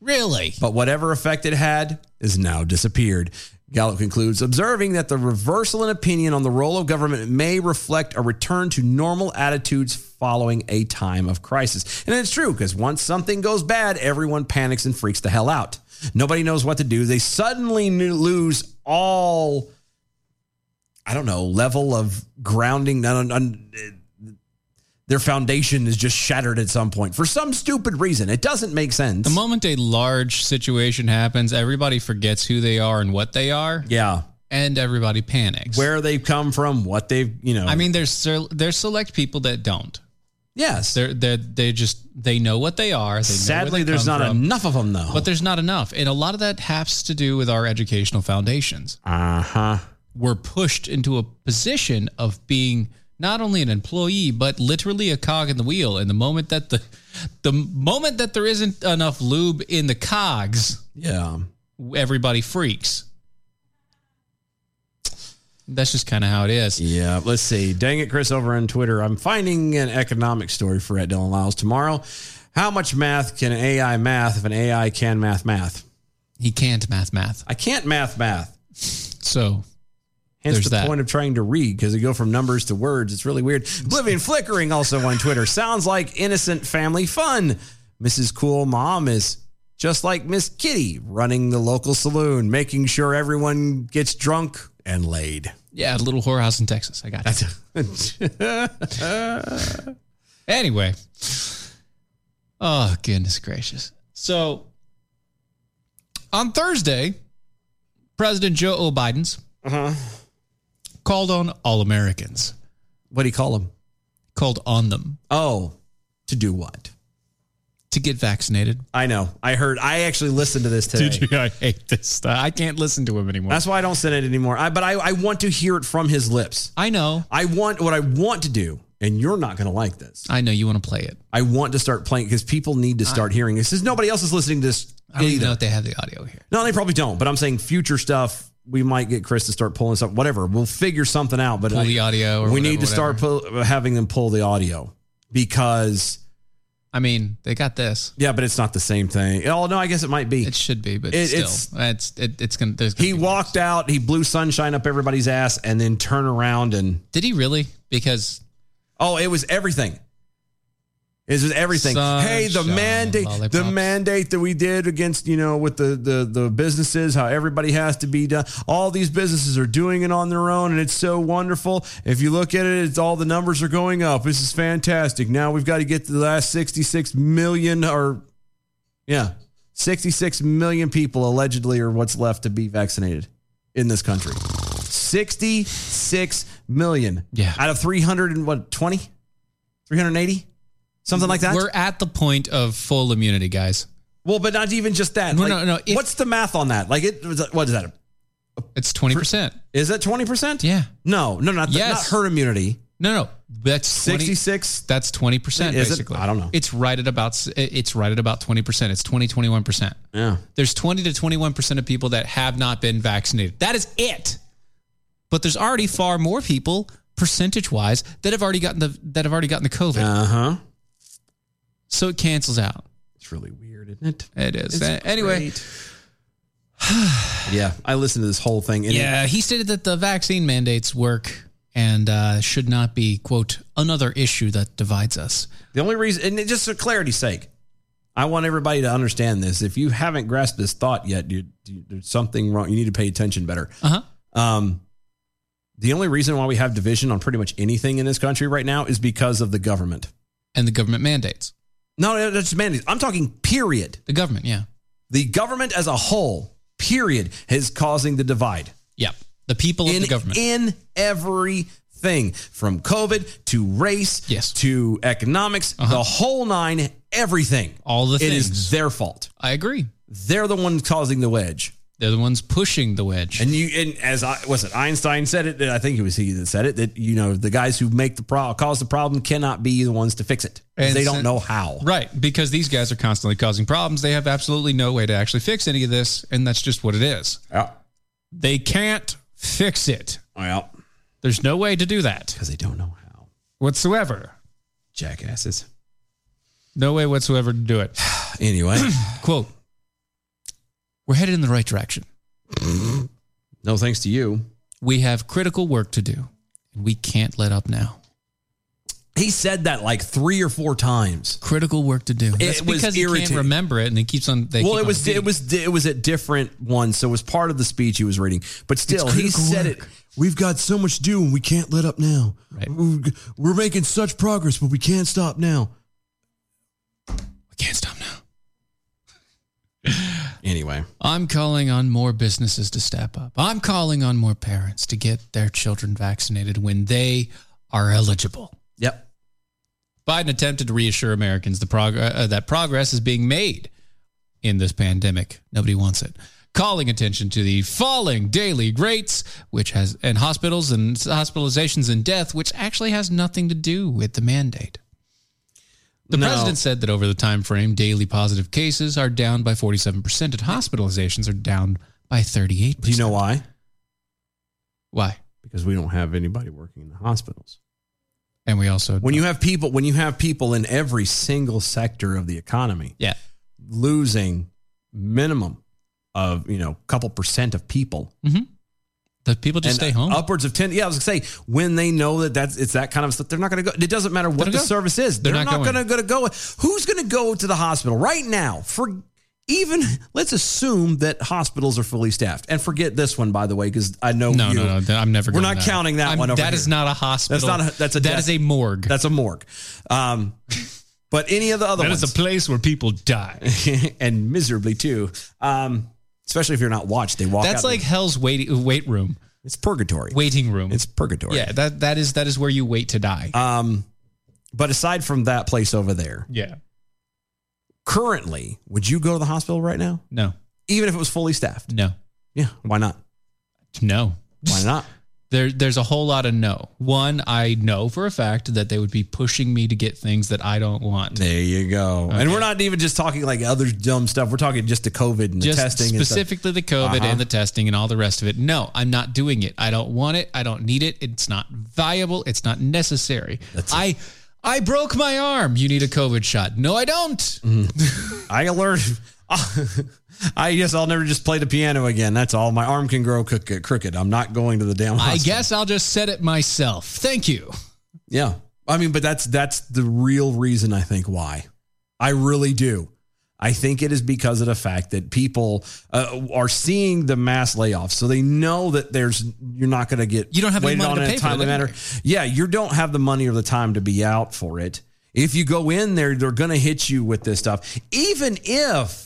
really? But whatever effect it had is now disappeared. Gallup concludes, observing that the reversal in opinion on the role of government may reflect a return to normal attitudes following a time of crisis. And it's true because once something goes bad, everyone panics and freaks the hell out. Nobody knows what to do. They suddenly knew- lose all, I don't know, level of grounding. None, none, their foundation is just shattered at some point for some stupid reason. It doesn't make sense. The moment a large situation happens, everybody forgets who they are and what they are. Yeah. And everybody panics. Where they've come from, what they've, you know. I mean, there's cer- there's select people that don't. Yes. They're they they just they know what they are. They know where Sadly, they there's come not from. enough of them, though. But there's not enough. And a lot of that has to do with our educational foundations. Uh huh. We're pushed into a position of being not only an employee, but literally a cog in the wheel. And the moment that the the moment that there isn't enough lube in the cogs, yeah, everybody freaks. That's just kind of how it is. Yeah. Let's see. Dang it, Chris over on Twitter. I'm finding an economic story for at Dylan Lyles tomorrow. How much math can AI math if an AI can math math? He can't math math. I can't math math. So Hence there's the that. point of trying to read because they go from numbers to words. It's really weird. Oblivion Flickering also on Twitter. Sounds like innocent family fun. Mrs. Cool Mom is just like Miss Kitty running the local saloon, making sure everyone gets drunk and laid. Yeah, little whorehouse in Texas. I got it. anyway. Oh, goodness gracious. So on Thursday, President Joe Biden's called on all Americans. What do you call them? Called on them. Oh, to do what? To get vaccinated. I know. I heard. I actually listened to this today. Did you? I hate this stuff. I can't listen to him anymore. That's why I don't send it anymore. I, but I, I want to hear it from his lips. I know. I want what I want to do, and you're not going to like this. I know you want to play it. I want to start playing because people need to start hearing this. Because nobody else is listening to this I don't either. even know if they have the audio here. No, they probably don't. But I'm saying future stuff. We might get Chris to start pulling stuff. Whatever. We'll figure something out. But Pull I- the audio or we whatever, need to start pull, having them pull the audio because. I mean, they got this. Yeah, but it's not the same thing. Oh no, I guess it might be. It should be, but It- still, it's- it's it's, it's gonna. There's gonna He walked out. He blew sunshine up everybody's ass, and then turn around and Did he really? Because oh, it was everything. It was everything. hey, the Sunshine, mandate, the lollipops. mandate that we did against you know with the the the businesses, how everybody has to be done. All these businesses are doing it on their own, and it's so wonderful. If you look at it, it's all the numbers are going up. This is fantastic. Now we've got to get to the last sixty six million or yeah, sixty six million people allegedly are what's left to be vaccinated in this country. Sixty six million. Yeah. out of three hundred and what twenty. 380 something like that We're at the point of full immunity, guys. well but not even just that No, Like, no, no. If- what's the math on that like it was- what is that It's twenty percent. is that 20% Yeah. no no not, the, Yes. not herd immunity No, no, that's 20, 66 That's twenty percent Is it? basically. I don't know. It's right at about s- it's right at about twenty percent. It's 20, 21 percent. yeah There's twenty to twenty one percent of people that have not been vaccinated. That is it. But there's already far more people percentage wise that have already gotten the that have already gotten the COVID. uh-huh So it cancels out. it's really weird isn't it It is. It's A- anyway, great. yeah, I listened to this whole thing. and it- Yeah, he stated that the vaccine mandates work and uh, should not be, quote, another issue that divides us. The only reason, and it- just for clarity's sake, I want everybody to understand this. If you haven't grasped this thought yet, you, you, there's something wrong. You need to pay attention better. Uh huh. Um, the only reason why we have division on pretty much anything in this country right now is because of the government and the government mandates. No, that's mandates. I'm talking period. The government, yeah. The government as a whole, period, is causing the divide. Yeah. The people in of the government. in everything from COVID to race yes. to economics, the whole nine, everything. Uh-huh. All the It things. is their fault. I agree. They're the ones causing the wedge. They're the ones pushing the wedge. And you and as I was it Einstein said it, I think it was he that said it that you know the guys who make the pro- cause the problem cannot be the ones to fix it. 'Cause And They so- don't know how. Right, because these guys are constantly causing problems. They have absolutely no way to actually fix any of this, and that's just what it is. Yeah. They can't fix it. Well, there's no way to do that because they don't know how whatsoever. Jackasses. No way whatsoever to do it. anyway, quote: We're headed in the right direction. No thanks to you. We have critical work to do, and we can't let up now. He said that like three or four times. Critical work to do. That's was because he irritating. can't remember it, and he keeps on. They well, keep it on was repeating it was it was at different ones, so it was part of the speech he was reading. But still, he critical said it. We've got so much to do, and we can't let up now. We're, we're making such progress, but we can't stop now. We can't stop now. Anyway, I'm calling on more businesses to step up. I'm calling on more parents to get their children vaccinated when they are eligible. Yep. Biden attempted to reassure Americans the prog- uh, that progress is being made in this pandemic. Nobody wants it. Calling attention to the falling daily rates, which has and hospitals and hospitalizations and death, which actually has nothing to do with the mandate. The No. president said that over the time frame, daily positive cases are down by 47% and hospitalizations are down by 38%. Do you know why? Why? Because we don't have anybody working in the hospitals. And we also when you have people when you have people in every single sector of the economy, yeah, losing minimum of you know couple percent of people. The people just stay home. Upwards of ten. Yeah, I was gonna say when they know that that's it's that kind of stuff, they're not gonna go. It doesn't matter what They're the not- service is. They're, they're not, not gonna gonna go. Who's gonna go to the hospital right now for? Even let's assume that hospitals are fully staffed, and forget this one by the way, because I know No, you- no, no, th- I'm never We're going not there. counting that I'm- one. Over that here. is not a That's hospital. not. A, that's a. That is a morgue. That's a morgue. Um, but any of the other That ones. is a place where people die and miserably too. Um, especially if you're not watched, they walk. That's out like hell's wait wait room. It's purgatory. Waiting room. It's purgatory. Yeah, that that is that is where you wait to die. Um, but aside from that place over there, yeah. Currently, would you go to the hospital right now? No. Even if it was fully staffed? No. Yeah. Why not? No. Why not? There, there's a whole lot of no. One, I know for a fact that they would be pushing me to get things that I don't want. There you go. And we're not even just talking like other dumb stuff. We're talking just the COVID and just the testing. and stuff. specifically the COVID Uh-huh. and the testing and all the rest of it. No, I'm not doing it. I don't want it. I don't need it. It's not viable. It's not necessary. I I broke my arm. You need a COVID shot. No, I don't. Mm-hmm. I learned. I guess I'll never just play the piano again. That's all. My arm can grow crooked. crooked. I'm not going to the damn I hospital. guess I'll just set it myself. Thank you. Yeah. I mean, but that's that's the real reason I think why. I really do. I think it is because of the fact that people uh, are seeing the mass layoffs, so they know that there's you're not going to get You don't have any waited money on to in a pay for timely it manner. anyway. Yeah, you don't have the money or the time to be out for it. If you go in there, they're going to hit you with this stuff, even if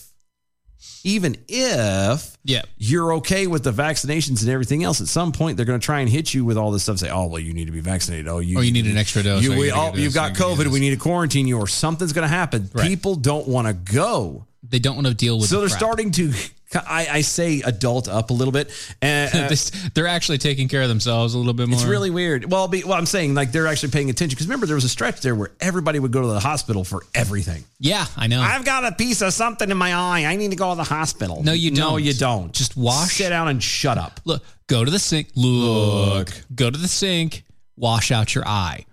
even if yeah. you're okay with the vaccinations and everything else, at some point they're going to try and hit you with all this stuff. Say, oh well, you need to be vaccinated. Oh, you Or you need an extra dose. You, Or you we gotta all, get this, you've got you gotta get COVID. We need to quarantine you, or something's going to happen. People don't want to go. They don't want to deal with So the they're crap. starting to. I, I say adult up a little bit. And, uh, This- they're actually taking care of themselves a little bit more. it's really weird. Well, be, well, I'm saying like they're actually paying attention because remember there was a stretch there where everybody would go to the hospital for everything. Yeah, I know. I've got a piece of something in my eye. I need to go to the hospital. No, you don't. No, you don't. Just wash. Sit down and shut up. Look, go to the sink. Look, go to the sink. Wash out your eye.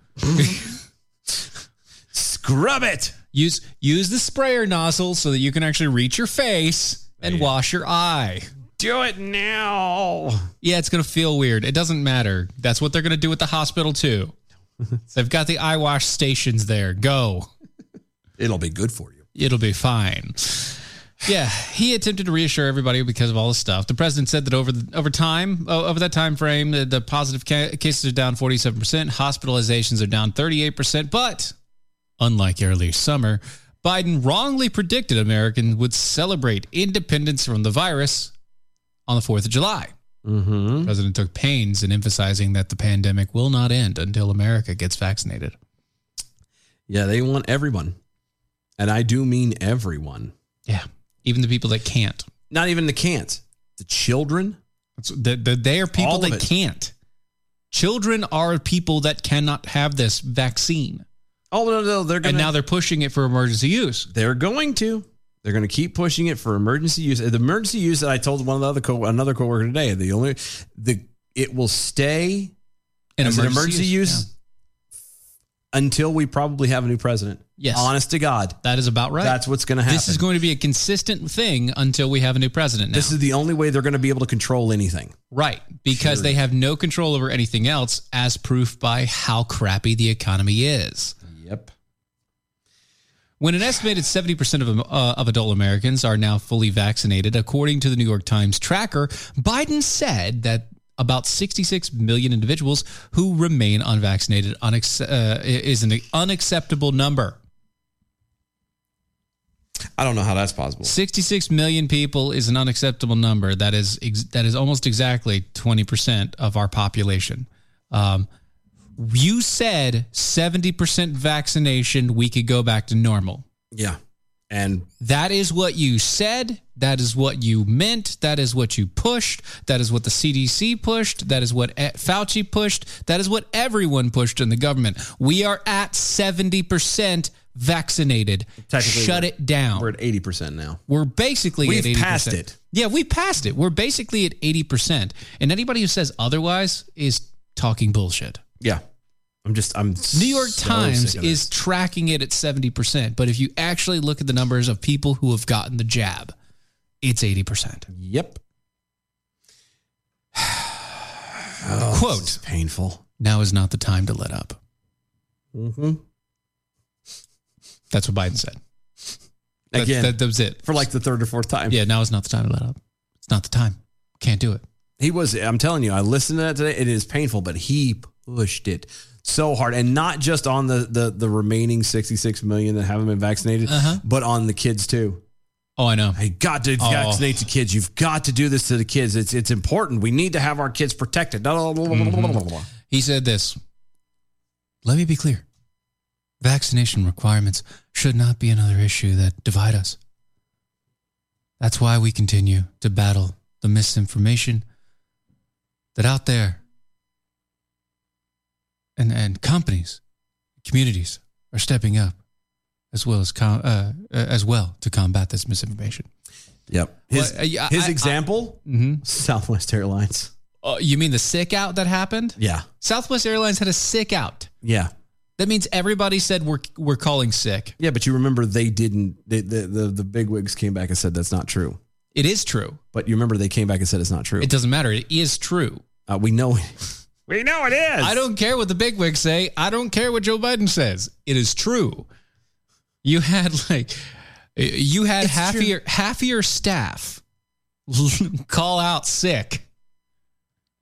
Scrub it. Use use the sprayer nozzle so that you can actually reach your face and wash your eye. Do it now. Yeah, it's going to feel weird. It doesn't matter. That's what they're going to do at the hospital, too. They've got the eye wash stations there. Go. It'll be good for you. It'll be fine. Yeah, he attempted to reassure everybody because of all this stuff. The president said that over the, over time, o- over that time frame, the, the positive ca- cases are down 47%, hospitalizations are down 38%, but unlike earlier summer, Biden wrongly predicted Americans would celebrate independence from the virus on the 4th of July. Mm-hmm. The president took pains in emphasizing that the pandemic will not end until America gets vaccinated. Yeah, they want everyone. And I do mean everyone. Yeah. Even the people that can't. Not even the can't. The children. That's, the, the, they are people that can't. Children are people that cannot have this vaccine. Oh, no, no. They're going And now they're pushing it for emergency use. They're going to. They're going to keep pushing it for emergency use. The emergency use that I told one of the other co- another coworker today, the only the it will stay An as emergency an emergency use, use, until we probably have a new president. Yes. honest to God, that is about right. That's what's going to happen. This is going to be a consistent thing until we have a new president. Now. This is the only way they're going to be able to control anything. Right, because Sure. they have no control over anything else, as proof by how crappy the economy is. Yep. When an estimated 70% of, uh, of adult Americans are now fully vaccinated, according to the New York Times tracker, Biden said that about 66 million individuals who remain unvaccinated unac- uh, is an unacceptable number. I don't know how that's possible. 66 million people is an unacceptable number. That is ex- that is almost exactly 20% of our population. Um, you said 70% vaccination, we could go back to normal. Yeah. And that is what you said. That is what you meant. That is what you pushed. That is what the CDC pushed. That is what eh, Fauci pushed. That is what everyone pushed in the government. We are at 70% vaccinated. Technically, Shut we're- it down. We're at eighty percent now. We're basically We've at 80%. passed it. Yeah, we passed it. We're basically at 80%. And anybody who says otherwise is talking bullshit. Yeah. I'm just I'm New York so Times sick of this. is tracking it at 70%, but if you actually look at the numbers of people who have gotten the jab, it's 80%. Yep. Oh. Quote painful. Now is not the time to let up. Mm-hmm. That's what Biden said. That- Again, that, that was it. For like the third or fourth time. Yeah, now is not the time to let up. It's not the time. Can't do it. He was, I'm telling you, I listened to that today. It is painful, but he pushed it so hard. And not just on the the, the remaining 66 million that haven't been vaccinated, but on the kids too. Oh, I know. Hey, got to Uh-huh. Oh. vaccinate the kids. You've got to do this to the kids. It's it's important. We need to have our kids protected. Blah, blah, blah, blah, blah, Mm-hmm. blah, blah, blah. He said this. Let me be clear. Vaccination requirements should not be another issue that divide us. That's why we continue to battle the misinformation that out there and, and companies, communities are stepping up as well as com- uh, uh, as well to combat this misinformation. Yep. His, Well, uh, yeah, his I- I- example Southwest Airlines. Uh, you mean the sick out that happened? Yeah. Southwest Airlines had a sick out. Yeah. That means everybody said we're we're calling sick. Yeah, but you remember they didn't. They, the the the bigwigs came back and said that's not true. It is true. But you remember they came back and said it's not true. It doesn't matter. It is true. Uh, we know. We know it is. I don't care what the bigwigs say. I don't care what Joe Biden says. It is true. You had like you had half of your half of your staff call out sick.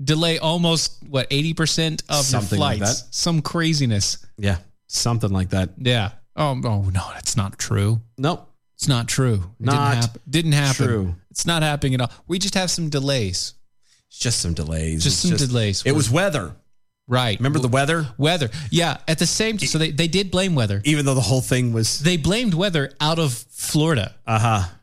Delay almost what 80% of Something your like flights. that. Some craziness. Yeah, something like that. Yeah. Oh, oh no, that's not true. Nope. It's not true. It Not didn't, hap- didn't happen. true. It's not happening at all. We just have some delays. It's just some delays. Just It's some delays. It was weather. Right. Remember the weather? Weather. Yeah. At the same time, so they, they did blame weather. Even though the whole thing was. They blamed weather out of Florida. Uh huh.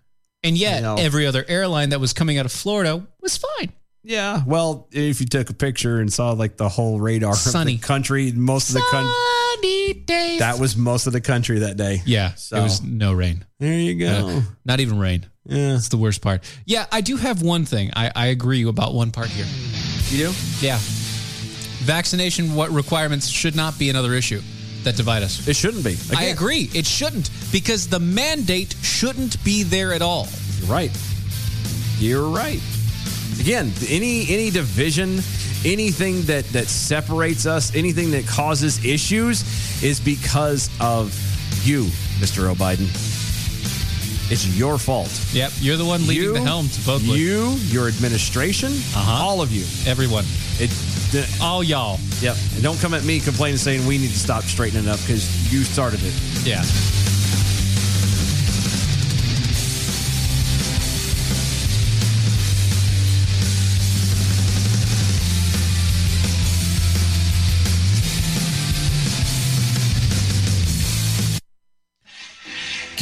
And I yet, know. every other airline that was coming out of Florida was fine. Yeah. Well, if you took a picture and saw like the whole radar Sunny. of the country, most of the country. Sunny days. That was most of the country that day. Yeah. So- It was no rain. There you go. Uh, not even rain. Yeah. It's the worst part. Yeah. I do have one thing. I, I agree about one part here. You do? Yeah. Vaccination what requirements should not be another issue that divide us. It shouldn't be. I agree. It shouldn't because the mandate shouldn't be there at all. You're right. You're right. again, any any division, anything that that separates us, anything that causes issues, is because of you, Mr. O'Biden. It's your fault. Yep, you're the one leading the helm to both. Uh-huh. You, your administration, all of you, everyone, it, all y'all. Yep. And don't come at me complaining saying we need to stop straightening up because you started it. Yeah.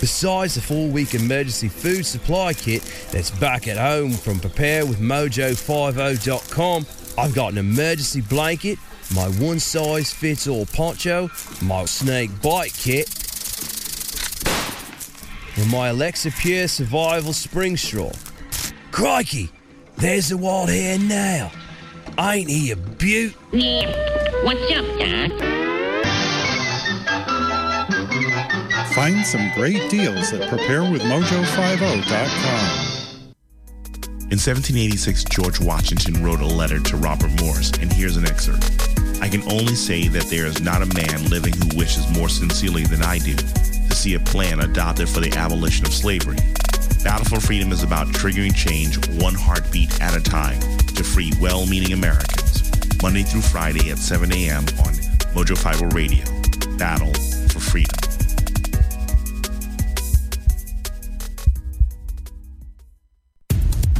Besides the four week emergency food supply kit that's back at home from preparewithmojo50.com, I've got an emergency blanket, my one size fits all poncho, my snake bite kit, and my Alexa Pure Survival Spring Straw. Crikey, there's the wild hare now. Ain't he a beaut? What's up, Doc? Find some great deals at preparewithmojo50.com. In 1786, George Washington wrote a letter to Robert Morris, and here's an excerpt. I can only say that there is not a man living who wishes more sincerely than I do to see a plan adopted for the abolition of slavery. Battle for Freedom is about triggering change one heartbeat at a time to free well meaning Americans. Monday through Friday at 7 a.m. on Mojo 50 Radio. Battle for Freedom.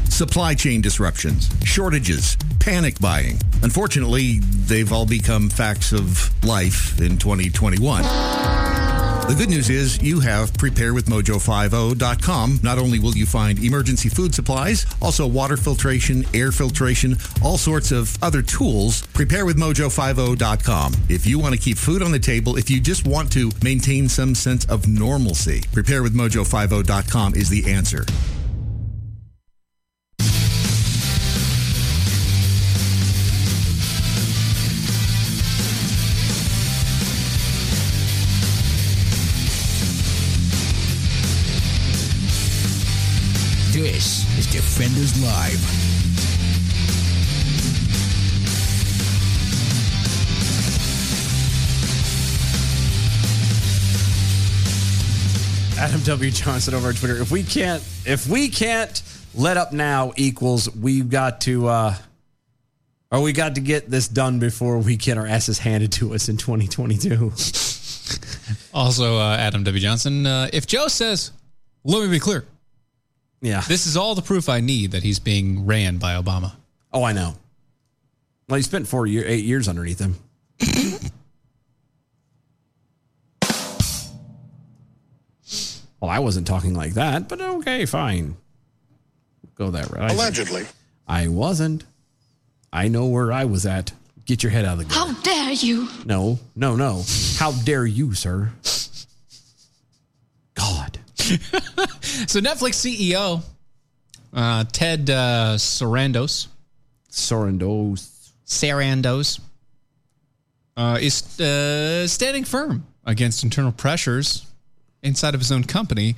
Supply chain disruptions, shortages, panic buying. Unfortunately, they've all become facts of life in 2021. The good news is you have preparewithmojo50.com. Not only will you find emergency food supplies, also water filtration, air filtration, all sorts of other tools. Preparewithmojo50.com. If you want to keep food on the table, if you just want to maintain some sense of normalcy, preparewithmojo50.com is the answer. This is Defenders Live. Adam W. Johnson over on Twitter. If we can't, if we can't let up now equals we've got to, uh, or we got to get this done before we get our asses handed to us in 2022. Also, uh, Adam W. Johnson. Uh, if Joe says, "Let me be clear," yeah, this is all the proof I need that he's being ran by Obama. Oh, I know. Well, he spent four year, eight years underneath him. well, I wasn't talking like that, but okay, fine. Go that route. Allegedly. I wasn't. I know where I was at. Get your head out of the gutter. How dare you? No, no, no. How dare you, sir? So Netflix CEO uh, Ted uh, Sarandos, Sarandos, Sarandos uh, is uh, standing firm against internal pressures inside of his own company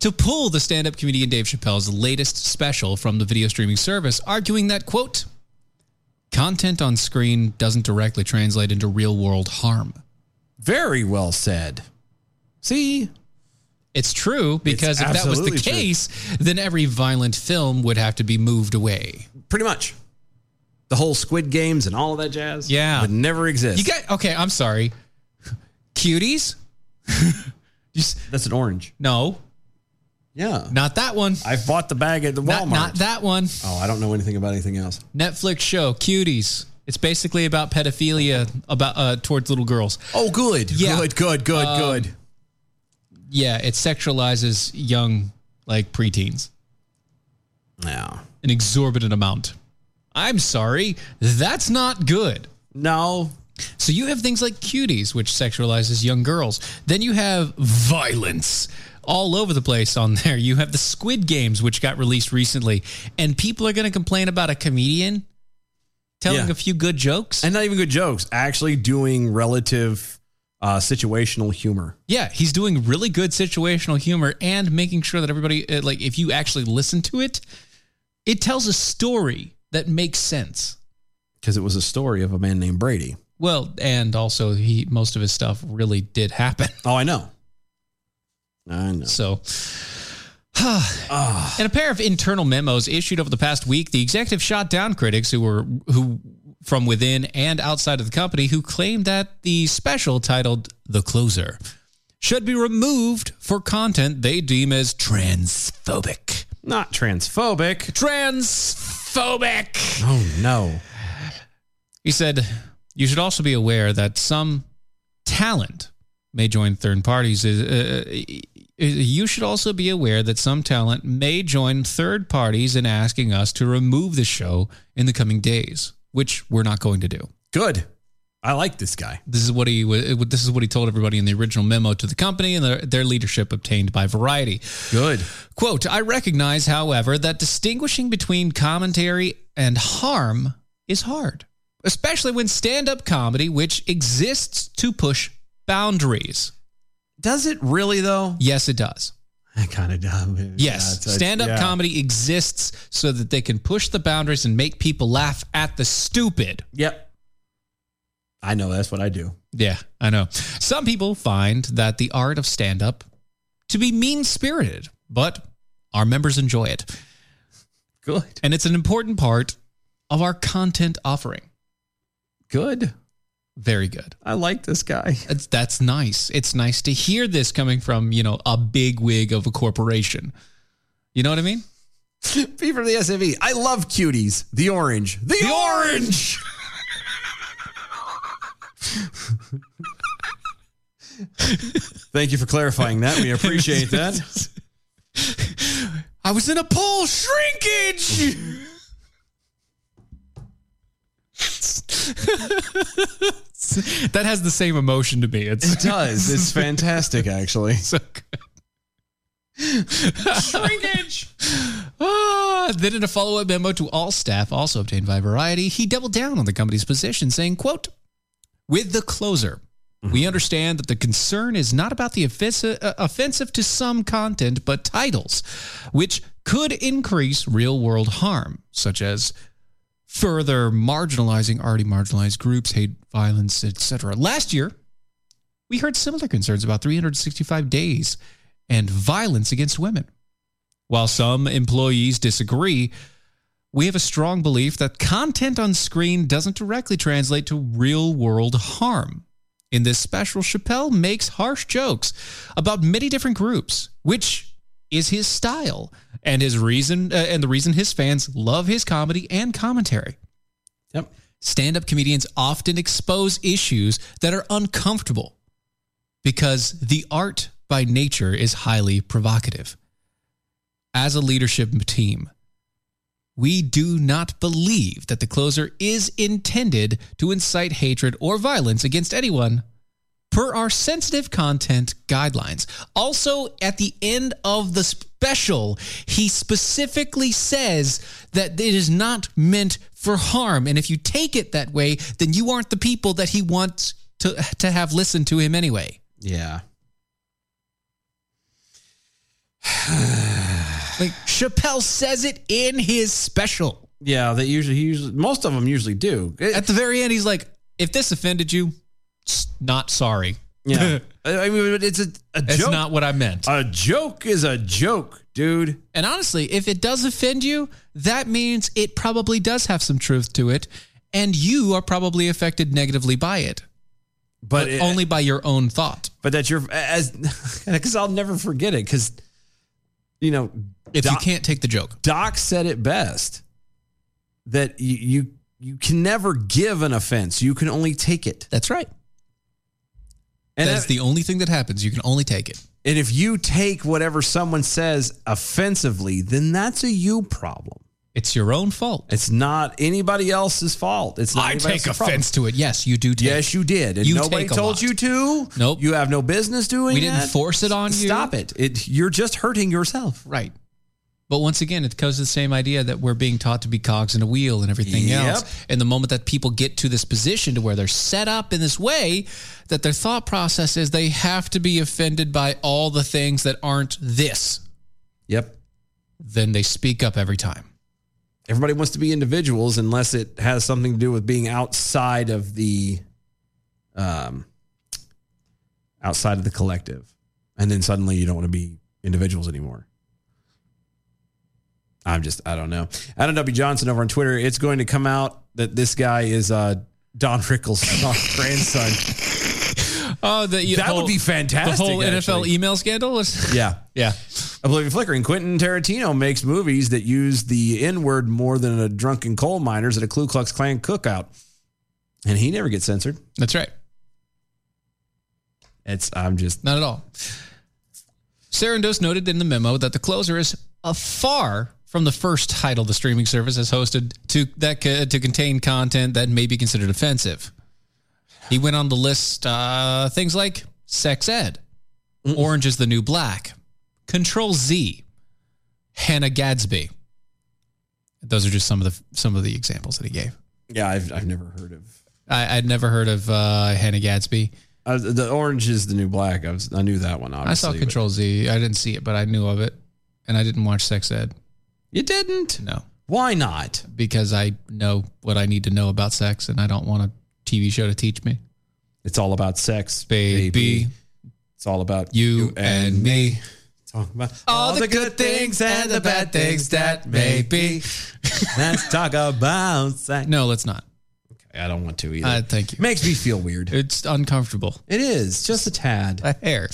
to pull the stand-up comedian Dave Chappelle's latest special from the video streaming service, arguing that quote content on screen doesn't directly translate into real-world harm. Very well said. See, It's true because if that was the absolutely true. case, then every violent film would have to be moved away. Pretty much. The whole Squid Games and all of that jazz. Yeah. Would never exist. You got okay, I'm sorry. Cuties? That's an orange. No. Yeah. Not that one. I bought the bag at the Not- Walmart. not that one. Oh, I don't know anything about anything else. Netflix show Cuties. It's basically about pedophilia about uh, towards little girls. Oh, good. Good, good, good, Uh, good. Yeah, it sexualizes young like preteens. Yeah. An exorbitant amount. I'm sorry, that's not good. No. So you have things like cuties, which sexualizes young girls. Then you have violence all over the place on there. You have the Squid Games, which got released recently, and people are going to complain about a comedian telling Yeah. a few good jokes. And not even good jokes. Actually doing relative uh, situational humor. Yeah, he's doing really good situational humor and making sure that everybody, uh, like, if you actually listen to it, it tells a story that makes sense. Because it was a story of a man named Brady. Well, and also he most of his stuff really did happen. Oh, I know. I know. So In a pair of internal memos issued over the past week, the executive shot down critics who were who from within and outside of the company who claimed that the special titled The Closer should be removed for content they deem as transphobic. Not transphobic. Transphobic. Oh no. He said, "You should also be aware that some talent may join third parties. Uh, you should also be aware that some talent may join third parties in asking us to remove the show in the coming days, which we're not going to do." Good. I like this guy. This is what he wa- this is what he told everybody in the original memo to the company and their, their leadership obtained by Variety. Good. Quote, I recognize, however, that distinguishing between commentary and harm is hard, especially when stand-up comedy which exists to push boundaries. Does it really though? Yes, it does. I kind of dumb. Yes, stand-up comedy exists so that they can push the boundaries and make people laugh at the stupid. Yep. I know that's what I do. Yeah, I know. Some people find that the art of stand up to be mean spirited, but our members enjoy it. Good. And it's an important part of our content offering. Good. Very good. I like this guy. That's, that's nice. It's nice to hear this coming from, you know, a big wig of a corporation. You know what I mean? P for the SAV. I love cuties. The orange. The, orange. Thank you for clarifying that. We appreciate that. I was in a pool shrinkage. that has the same emotion to me. It's, It does. It's fantastic, actually. So Shrinkage. Ah, then in a follow-up memo to all staff also obtained by variety he doubled down on the company's position saying quote with the closer we understand that the concern is not about the offensive, uh, offensive to some content but titles which could increase real-world harm such as further marginalizing already marginalized groups hate violence etc last year we heard similar concerns about 365 days and violence against women while some employees disagree, we have a strong belief that content on screen doesn't directly translate to real world harm. In this special, Chappelle makes harsh jokes about many different groups, which is his style and his reason uh, and the reason his fans love his comedy and commentary. Yep. Stand-up comedians often expose issues that are uncomfortable because the art by nature is highly provocative as a leadership team, we do not believe that the closer is intended to incite hatred or violence against anyone per our sensitive content guidelines. Also, at the end of the special, he specifically says that it is not meant for harm. And if you take it that way, then you aren't the people that he wants to, to have listened to him anyway. Yeah. Like Chappelle says it in his special. Yeah, they usually he usually most of them usually do. At the very end, he's like, if this offended you, s- not sorry. Yeah. I I mean, but it's a, a That's joke. not what I meant. a joke is a joke, dude. And honestly, if it does offend you, that means it probably does have some truth to it. And you are probably affected negatively by it, But, it- only by your own thought. but that's your as because I'll never forget it because you know If you Doc- can't take the joke, Doc said it best that you, you you can never give an offense. You can only take it. that's right. And That's that- the only thing that happens. You can only take it. and if you take whatever someone says offensively, then that's a you problem. It's your own fault. It's not anybody else's fault. It's not I anybody take else's offense problem. to it. Yes, you do. Take, Yes, you did. And You nobody take a told lot. you to. Nope. You have no business doing We didn't that. force it on you. Stop it. it. You're just hurting yourself. Right. But once again, it goes to the same idea that we're being taught to be cogs in a wheel and everything Yep. else. And the moment that people get to this position to where they're set up in this way, that their thought process is they have to be offended by all the things that aren't this. Yep. Then they speak up every time. Everybody wants to be individuals unless it has something to do with being outside of the um outside of the collective. And then suddenly you don't want to be individuals anymore. I'm just I don't know. Adam W. Johnson over on Twitter, it's going to come out that this guy is uh Don Rickles' grandson. Oh, the, That would be fantastic, The whole NFL actually. email scandal was. Yeah. Yeah. Oblivion Flickering. Quentin Tarantino makes movies that use the N word more than a drunken coal miner's at a Ku Klux Klan cookout. And he never gets censored. That's right. It's, I'm just. Not at all. Sarandos noted in the memo that the closer is a far from the first title the streaming service has hosted to that co- to contain content that may be considered offensive. He went on the list uh, things like sex ed, Orange is the New Black, Control Z, Hannah Gadsby. Those are just some of the some of the examples that he gave. Yeah, I've, I've never heard of. I, I'd never heard of uh, Hannah Gadsby. Uh, the Orange is the New Black. I, was, I knew that one, obviously. I saw Control Z. I didn't see it, but I knew of it, and I didn't watch Sex Ed. You didn't? No. Why not? Because I know what I need to know about sex, and I don't want a TV show to teach me. It's all about sex, baby. It's all about you, and, me. Talk about all the good things and the bad things that may be. Let's talk about sex. No, let's not. Okay, I don't want to either. Uh, thank you. Makes me feel weird. It's uncomfortable. It is just a tad. A hair.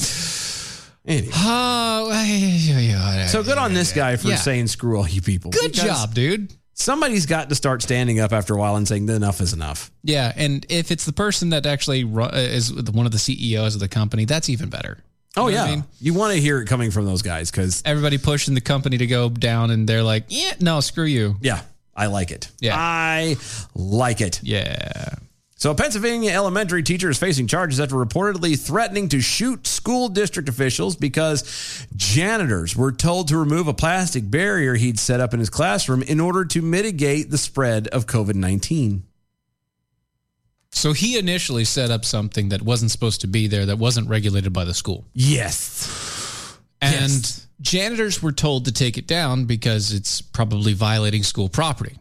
Anyway. Oh, yeah, So good on this guy for Yeah. saying screw all you people. Good job, dude. Somebody's got to start standing up after a while and saying that enough is enough. Yeah, and if it's the person that actually ru- uh, is the- one of the CEOs of the company, that's even better. Oh You know yeah, what I mean? you want to hear it coming from those guys because Everybody pushing the company to go down, and they're like, "Yeah, no, screw you." yeah, I like it. Yeah. I like it. Yeah. So, a Pennsylvania elementary teacher is facing charges after reportedly threatening to shoot school district officials because janitors were told to remove a plastic barrier he'd set up in his classroom in order to mitigate the spread of COVID 19. So he initially set up something that wasn't supposed to be there, that wasn't regulated by the school, Yes. and janitors were told to take it down because it's probably violating school property,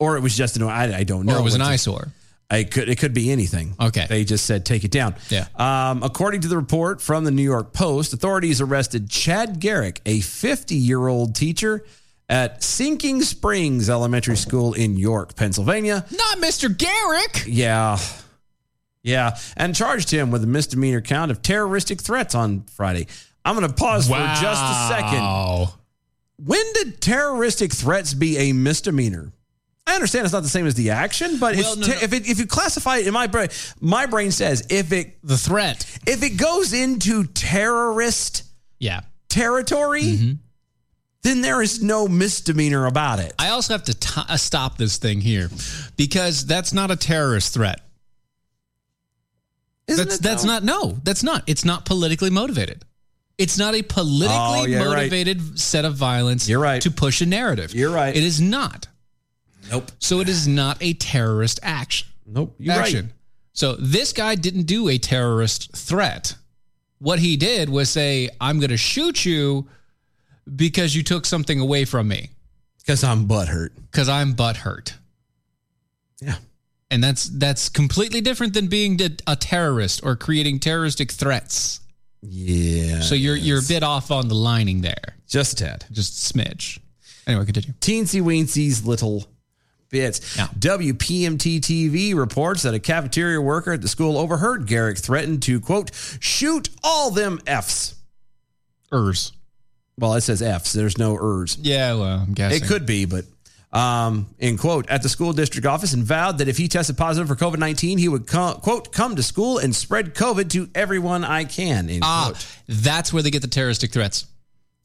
Or it was just an, I, I don't know. or it was an what to- eyesore. I could it could be anything. Okay. They just said take it down. Yeah. Um, according to the report from the New York Post, authorities arrested Chad Garrick, a 50-year-old teacher at Sinking Springs Elementary School in York, Pennsylvania. Not Mr. Garrick. Yeah. Yeah, and charged him with a misdemeanor count of terroristic threats on Friday. I'm going to pause for just a second. Wow. When did terroristic threats be a misdemeanor? I understand it's not the same as the action, but Well, it's no, te- no. if it, if you classify it in my brain, my brain says if it The threat. if it goes into terrorist Yeah. territory, then there is no misdemeanor about it. I also have to t- uh, stop this thing here because that's not a terrorist threat. Isn't that's it, that's though? not no, that's not. It's not politically motivated. It's not a politically Oh, yeah, right. motivated set of violence You're right. to push a narrative. You're right. It is not. Nope. So it is not a terrorist action. Nope. You're action. right. So this guy didn't do a terrorist threat. What he did was say, "I'm going to shoot you because you took something away from me." Because I'm butthurt. because I'm butthurt. Yeah. And that's that's completely different than being a a terrorist or creating terroristic threats. Yeah. so you're you're a bit off on the lining there, Just a tad. just a smidge. Anyway, continue. Teensy weensy's little bits. WPMT TV reports that a cafeteria worker at the school overheard Garrick threaten to, quote, shoot all them Fs. Ers. Well, it says Fs. There's no ers. Yeah, well, I'm guessing It could be, but um, in quote at the school district office and vowed that if he tested positive for COVID nineteen, he would co- quote come to school and spread COVID to everyone I can. End Ah, quote. that's where they get the terroristic threats.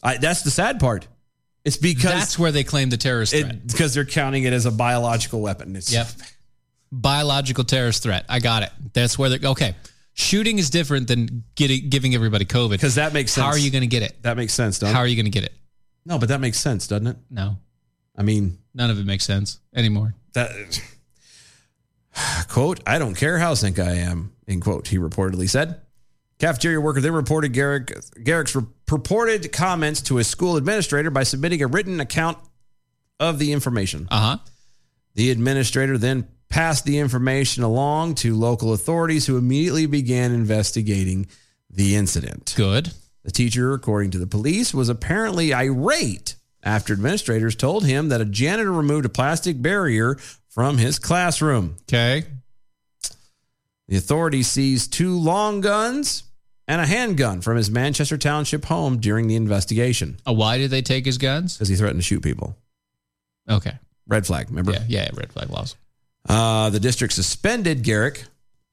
I, that's the sad part. It's because that's where they claim the terrorist threat because they're counting it as a biological weapon. It's, Yep. Biological terrorist threat. I got it. That's where they're okay. Shooting is different than getting giving everybody COVID because that makes How sense. are you going to get it? That makes sense, do How are you going to get it? No, but that makes sense, doesn't it? No. I mean, none of it makes sense anymore. That quote, I don't care how sick I am, end quote, he reportedly said. Cafeteria worker then reported Garrick, Garrick's re- purported comments to his school administrator by submitting a written account of the information. Uh huh. The administrator then passed the information along to local authorities who immediately began investigating the incident. Good. The teacher, according to the police, was apparently irate after administrators told him that a janitor removed a plastic barrier from his classroom. Okay. The authority seized two long guns and a handgun from his Manchester Township home during the investigation. Uh, why did they take his guns? Because he threatened to shoot people. Okay. Red flag, remember? Yeah, yeah, red flag laws. Uh, the district suspended Garrick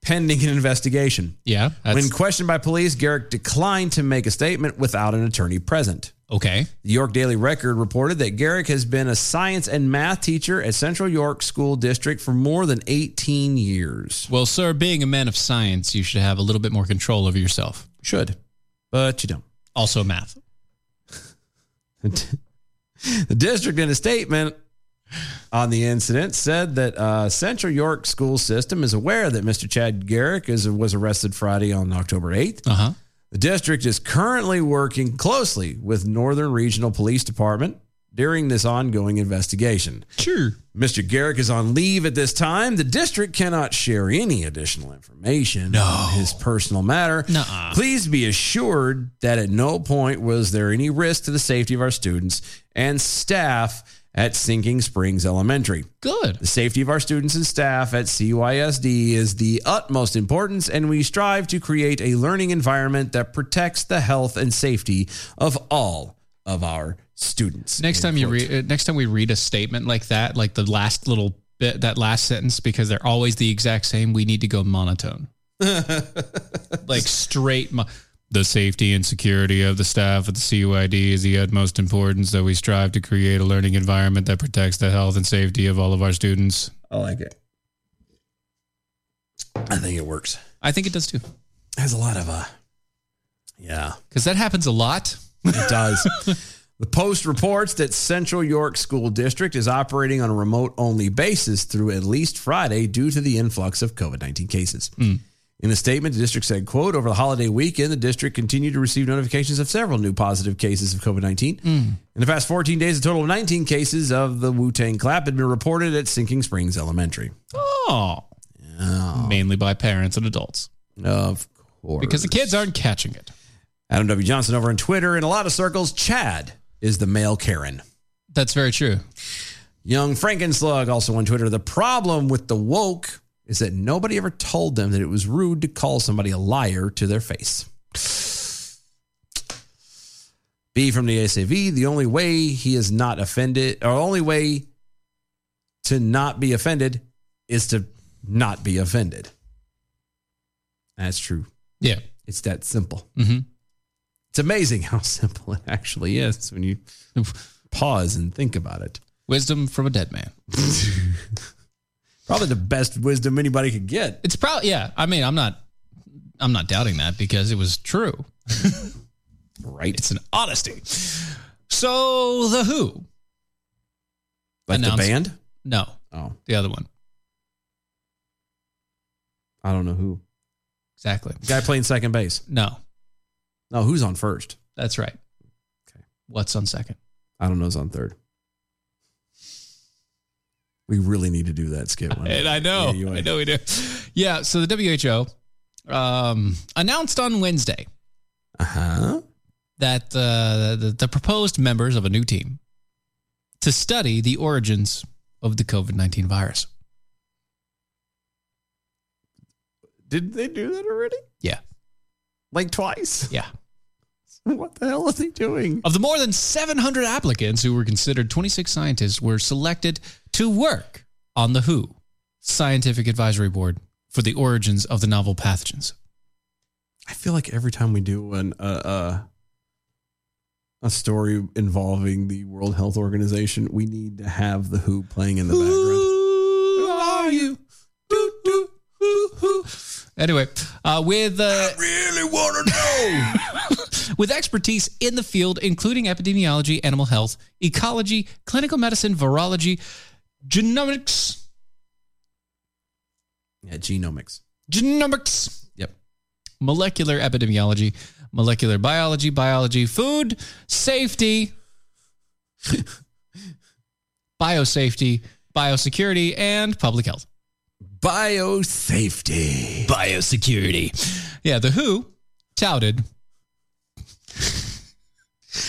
pending an investigation. Yeah. when questioned by police, Garrick declined to make a statement without an attorney present. Okay. The York Daily Record reported that Garrick has been a science and math teacher at Central York School District for more than 18 years. Well, sir, being a man of science, you should have a little bit more control over yourself. Should, but you don't. Also, math. The district, in a statement on the incident, said that uh, Central York School System is aware that Mr. Chad Garrick is, was arrested Friday on October 8th. Uh-huh. The district is currently working closely with Northern Regional Police Department during this ongoing investigation. Sure. Mr. Garrick is on leave at this time. The district cannot share any additional information on his personal matter. Nuh-uh. Please be assured that at no point was there any risk to the safety of our students and staff at Sinking Springs Elementary. Good. The safety of our students and staff at CYSD is the utmost importance, and we strive to create a learning environment that protects the health and safety of all of our students. Next time you read, uh, next time we read a statement like that, like the last little bit, that last sentence, because they're always the exact same. We need to go monotone, like straight. Mo- the safety and security of the staff at the CUID is the utmost importance. That we strive to create a learning environment that protects the health and safety of all of our students. I like it. I think it works. I think it does too. Has a lot of uh yeah. Because that happens a lot. It does. the Post reports that Central York School District is operating on a remote only basis through at least Friday due to the influx of COVID 19 cases. Hmm. In a statement, the district said, quote, over the holiday weekend, the district continued to receive notifications of several new positive cases of COVID 19. Hmm. In the past 14 days, a total of 19 cases of the Wu Tang clap had been reported at Sinking Springs Elementary. Oh. Mainly by parents and adults. Of course. Because the kids aren't catching it. Adam W. Johnson over on Twitter, in a lot of circles, Chad is the male Karen. That's very true. Young Frankenslug also on Twitter. The problem with the woke is that nobody ever told them that it was rude to call somebody a liar to their face. B from the ACV. The only way he is not offended, or only way to not be offended, is to not be offended. That's true. Yeah. It's that simple. Mm-hmm. It's amazing how simple it actually is when you pause and think about it. Wisdom from a dead man. Probably the best wisdom anybody could get. It's probably yeah. I mean, I'm not, I'm not doubting that because it was true. right. It's an honesty. So the Who Like the announced- band? No. Oh. The other one. I don't know who. Exactly. The guy playing second base. No. No, who's on first? That's right. Okay. What's on second? I don't know who's on third. We really need to do that skit one. And I know, Yeah, you I know we do. Yeah. So the WHO um, announced on Wednesday uh-huh. that uh, the, the proposed members of a new team to study the origins of the COVID nineteen virus. Did they do that already? Yeah. Like twice? Yeah. What the hell is he doing? Of the more than 700 applicants who were considered, 26 scientists were selected to work on the WHO Scientific Advisory Board for the origins of the novel pathogens. I feel like every time we do an uh, uh, a story involving the World Health Organization, we need to have the Who playing in the background. Who are you? Doo, doo, who, who. Anyway, uh, with uh, really want to know. with expertise in the field, including epidemiology, animal health, ecology, clinical medicine, virology, genomics, Yeah, genomics. genomics. Yep. Molecular epidemiology, molecular biology, biology, food safety, biosafety, biosecurity, and public health. Biosafety. Biosecurity. Yeah, the WHO touted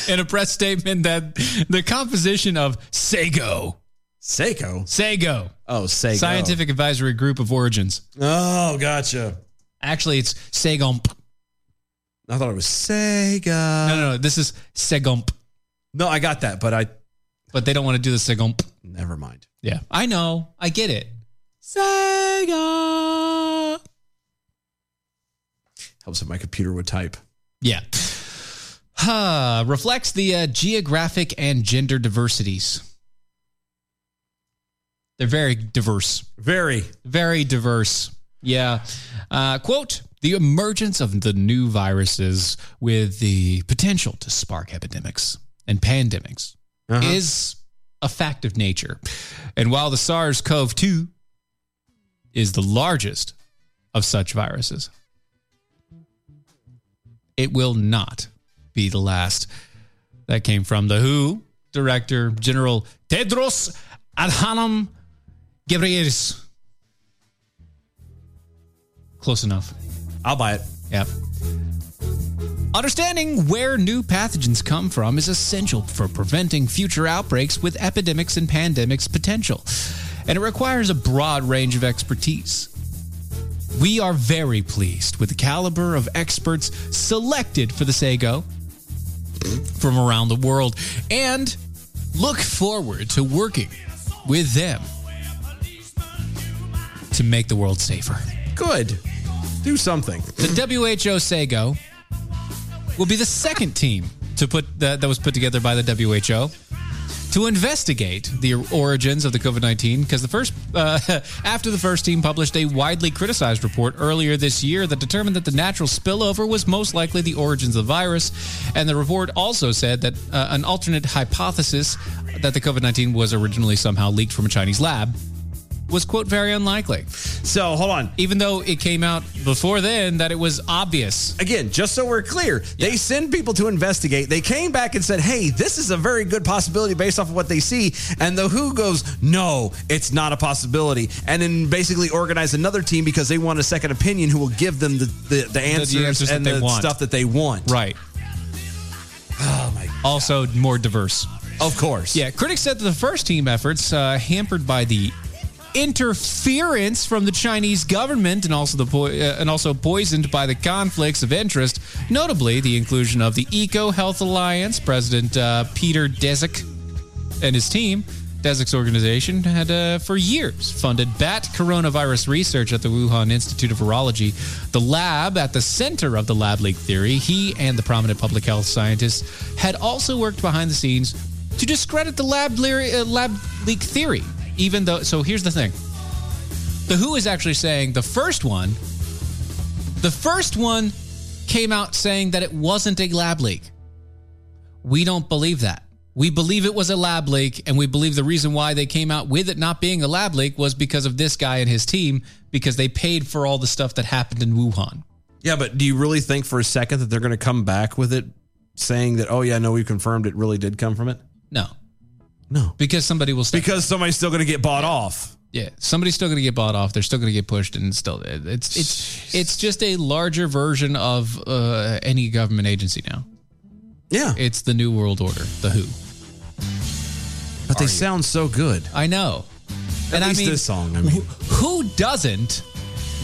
in a press statement that the composition of SAGO, Seiko. SAGO, Oh, Seiko. Scientific Advisory Group of Origins. Oh, gotcha. Actually, it's SAGOMP. I thought it was Sega. No, no, no. This is SEGOMP, No, I got that, but I but they don't want to do the SEGOMP. never mind. Yeah. I know. I get it. Sega. Helps if my computer would type. Yeah. Huh. Reflects the uh, geographic and gender diversities. They're very diverse. Very. Very diverse. Yeah. Uh, quote The emergence of the new viruses with the potential to spark epidemics and pandemics is a fact of nature. And while the SARS CoV 2 is the largest of such viruses, it will not be the last. That came from the WHO director, General Tedros Adhanom Ghebreyesus. Close enough. I'll buy it. Yep. Understanding where new pathogens come from is essential for preventing future outbreaks with epidemics and pandemics potential, and it requires a broad range of expertise. We are very pleased with the caliber of experts selected for the SAGO from around the world and look forward to working with them to make the world safer. Good. Do something. The WHO Sago will be the second team to put that, that was put together by the WHO to investigate the origins of the COVID nineteen. Because the first, uh, after the first team published a widely criticized report earlier this year that determined that the natural spillover was most likely the origins of the virus, and the report also said that uh, an alternate hypothesis that the COVID nineteen was originally somehow leaked from a Chinese lab was quote very unlikely So hold on. even though it came out before then that it was obvious Again, just so we're clear, they send people to investigate. They came back and said, hey, this is a very good possibility based off of what they see. And the WHO goes, no, it's not a possibility. And then basically organize another team because they want a second opinion who will give them the, the, the answers, answers that and they the want. stuff that they want. Oh, Right. Also more diverse. Of course. Yeah, critics said that the first team efforts, uh, hampered by the interference from the Chinese government and also the po- uh, and also poisoned by the conflicts of interest, notably the inclusion of the Eco Health Alliance, President uh, Peter Desick and his team. Desik's organization had uh, for years funded bat coronavirus research at the Wuhan Institute of Virology, the lab at the center of the lab leak theory. He and the prominent public health scientists had also worked behind the scenes to discredit the lab, leery, uh, lab leak theory. Even though, so here's the thing: the WHO is actually saying the first one, the first one came out saying that it wasn't a lab leak. We don't believe that. We believe it was a lab leak, and we believe the reason why they came out with it not being a lab leak was because of this guy and his team, because they paid for all the stuff that happened in Wuhan. Yeah, but do you really think for a second that they're going to come back with it saying that, oh, yeah, no, we confirmed it really did come from it? No, No. because somebody will still, Because somebody's still going to get bought off. yeah, somebody's still going to get bought off. They're still going to get pushed, and it's still, it's it's it's just a larger version of uh, any government agency now. Yeah. It's the New World Order, the WHO. But they sound so good. I know. At least this song, I mean. wh- who doesn't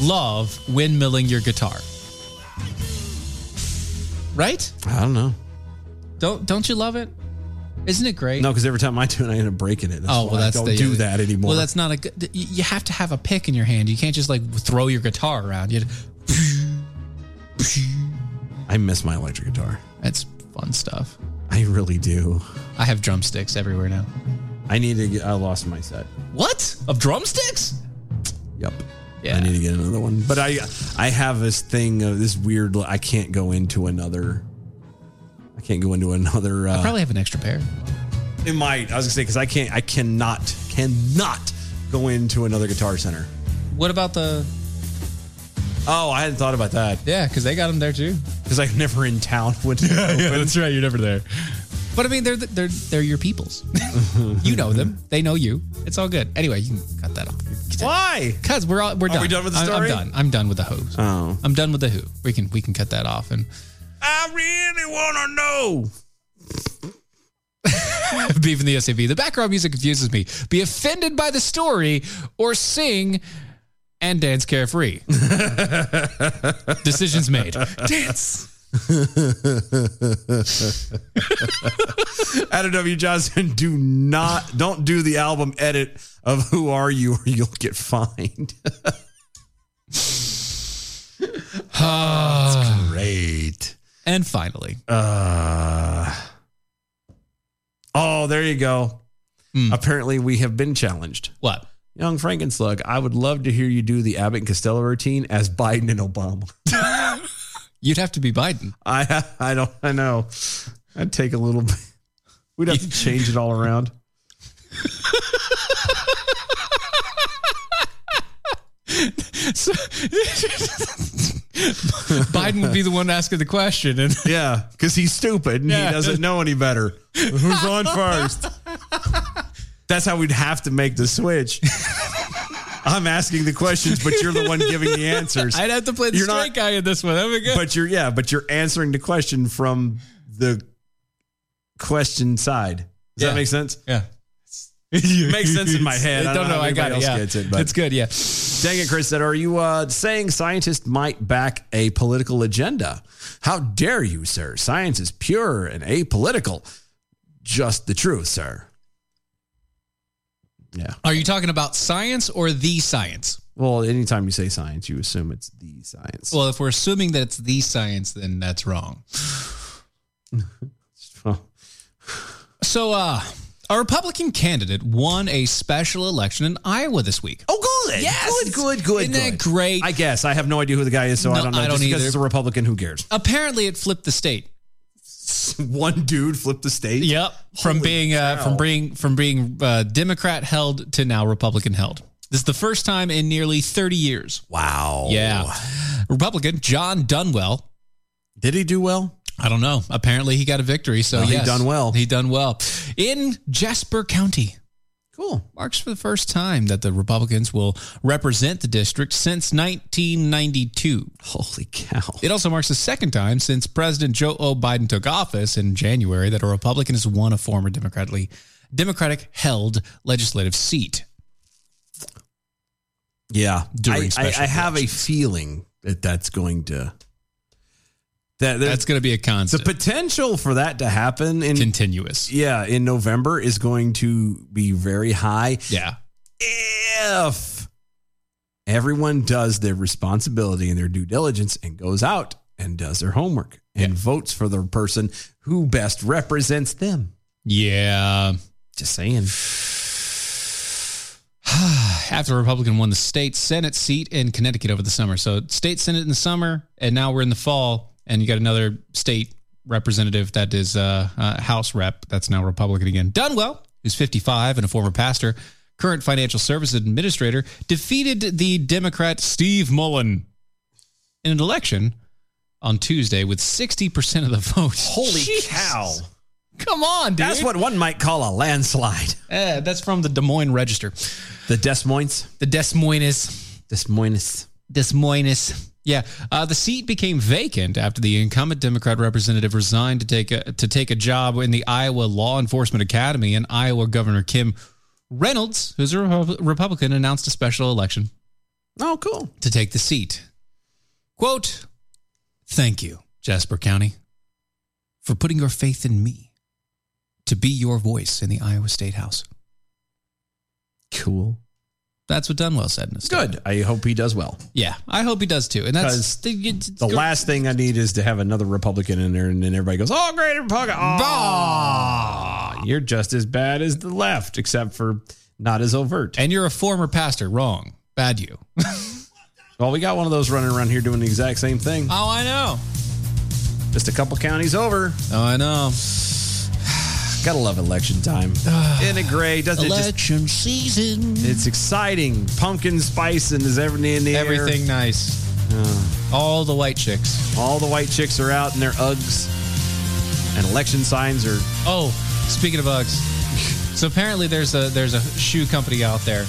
love windmilling your guitar? Right? I don't know. Don't don't you love it? Isn't it great? No, because every time I do it, I end up breaking it. That's Oh why well, I that's don't the, do that anymore. Well, that's not a good. You you have to have a pick in your hand. You can't just like throw your guitar around. You. I miss my electric guitar. That's fun stuff. I really do. I have drumsticks everywhere now. I need to. Get, I lost my set. What of drumsticks? Yep. Yeah. I need to get another one. But I I have this thing of this weird. I can't go into another. I can't go into another. Uh, I probably have an extra pair. It might. I was gonna say because I can't. I cannot. Cannot go into another Guitar Center. What about the? Oh, I hadn't thought about that. Yeah, because they got them there too. Because I'm never in town when. yeah, yeah, that's right. You're never there. But I mean, they're they're they're your peoples. you know them. They know you. It's all good. Anyway, you can cut that off. Why? Because we're all we're Are done. we done with the I'm- story? I'm, done. I'm done with the hose. Oh. I'm done with the who. We can we can cut that off and I really want to know. beef in the SAV. The background music confuses me. Be offended by the story or sing and dance carefree. Decisions made. Dance. Adam W. Johnson, do not don't do the album edit of "Who Are You" or you'll get fined. That's great. And finally, uh, oh, there you go. Apparently, we have been challenged. What? Young Frankenslug, I would love to hear you do the Abbott and Costello routine as Biden and Obama. You'd have to be Biden. I I don't I know. I'd take a little bit. We'd have to change it all around. So- Biden would be the one asking the question, and yeah, because he's stupid and Yeah. he doesn't know any better. Who's on first? That's how we'd have to make the switch. I'm asking the questions, but you're the one giving the answers. I'd have to play the You're straight guy in this one. That'd be good. But you're yeah, but you're answering the question from the question side. Does Yeah. that make sense? Yeah. Makes sense in my head. I don't know. how I got anybody it. else Yeah. gets It's good. Yeah. Dang it, Chris said, are you uh, saying scientists might back a political agenda? How dare you, sir? Science is pure and apolitical. Just the truth, sir. Yeah. Are you talking about science or the science? Well, anytime you say science, you assume it's the science. Well, if we're assuming that it's the science, then that's wrong. so, uh, a Republican candidate won a special election in Iowa this week. Oh, good. Yes. Good, good, good. Isn't good. that great? I guess. I have no idea who the guy is, so I No, don't know. I don't Just because either. it's a Republican, who cares? Apparently, it flipped the state. One dude flipped the state. Yep. From Holy being uh, cow. from being from being uh, Democrat held to now Republican held. This is the first time in nearly 30 years. Wow. Yeah. Republican John Dunwell. Did he do well? I don't know. Apparently, he got a victory. So Well, he yes, done well. He done well in Jasper County. Cool. Marks for the first time that the Republicans will represent the district since 1992. Holy cow. It also marks the second time since President Joe O. Biden took office in January that a Republican has won a former democratically Democratic held legislative seat. Yeah, during I, special I, I have a feeling that that's going to that That's going to be a constant. the potential for that to happen in continuous. Yeah, in November is going to be very high Yeah. if everyone does their responsibility and their due diligence and goes out and does their homework and votes for the person who best represents them. Yeah. Just saying. After a Republican won the state Senate seat in Connecticut over the summer. So, state Senate in the summer, and now we're in the fall, and you got another state representative that is uh, uh, House rep that's now Republican again. Dunwell, who's 55 and a former pastor, current financial services administrator, defeated the Democrat Steve Mullen in an election on Tuesday with 60% of the vote. Holy cow. Come on, dude. That's what one might call a landslide. Eh, that's from the Des Moines Register. The Des Moines. The Des Moines. Des Moines. Des Moines. Yeah, uh, the seat became vacant after the incumbent Democrat representative resigned to take a, to take a job in the Iowa Law Enforcement Academy, and Iowa Governor Kim Reynolds, who's a Repu- Republican, announced a special election Oh, cool. to take the seat. Quote, thank you, Jasper County, for putting your faith in me to be your voice in the Iowa State House. Cool. That's what Dunwell said. In his Good. I hope he does well. Yeah, I hope he does too. And that's 'Cause The last thing I need is to have another Republican in there, and then everybody goes, "Oh, great Republican! Oh, you're just as bad as the left, except for not as overt." And you're a former pastor. Wrong. Bad you. well, we got one of those running around here doing the exact same thing. Oh, I know. Just a couple counties over. Oh, I know. Gotta love election time. Isn't it great? Doesn't it just, election season. It's exciting. Pumpkin spice and is everything in the air. Everything nice. All the white chicks. All the white chicks are out in their Uggs, and election signs are. Oh, speaking of Uggs, so apparently there's a there's a shoe company out there,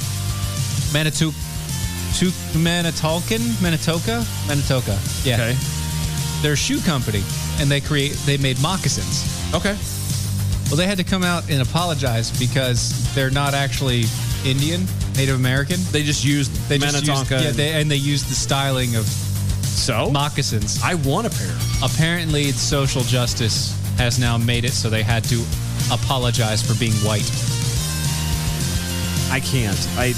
Manitou, to, Manitolkin, Manitoka, Manitoka. Yeah. Okay. They're a shoe company, and they create they made moccasins. Okay. Well, they had to come out and apologize because they're not actually Indian, Native American. They just used they just used, Manitonka yeah, and- they, and they used the styling of so moccasins. I want a pair. Apparently, social justice has now made it so they had to apologize for being white. I can't. I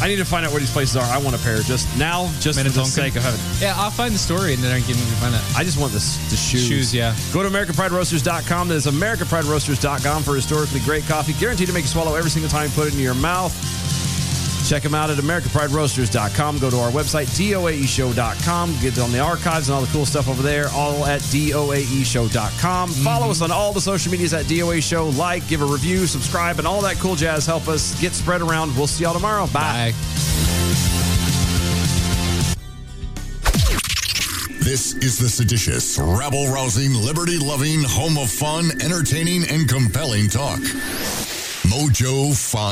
I need to find out where these places are. I want a pair just now, just for the Manitonka? sake of having. Yeah, I'll find the story and then I can find out. I just want the, s- the shoes. Shoes, yeah. Go to AmericanPrideRoasters.com. That is AmericanPrideRoasters.com for historically great coffee, guaranteed to make you swallow every single time you put it into your mouth. Check them out at AmericanPrideRoasters.com. Go to our website, E DOAEshow.com. Get on the archives and all the cool stuff over there, all at E DOAEshow.com. Mm-hmm. Follow us on all the social medias at DOA Show. Like, give a review, subscribe, and all that cool jazz. Help us get spread around. We'll see y'all tomorrow. Bye. This is the seditious, rabble rousing, liberty loving, home of fun, entertaining, and compelling talk. Mojo oh. 5.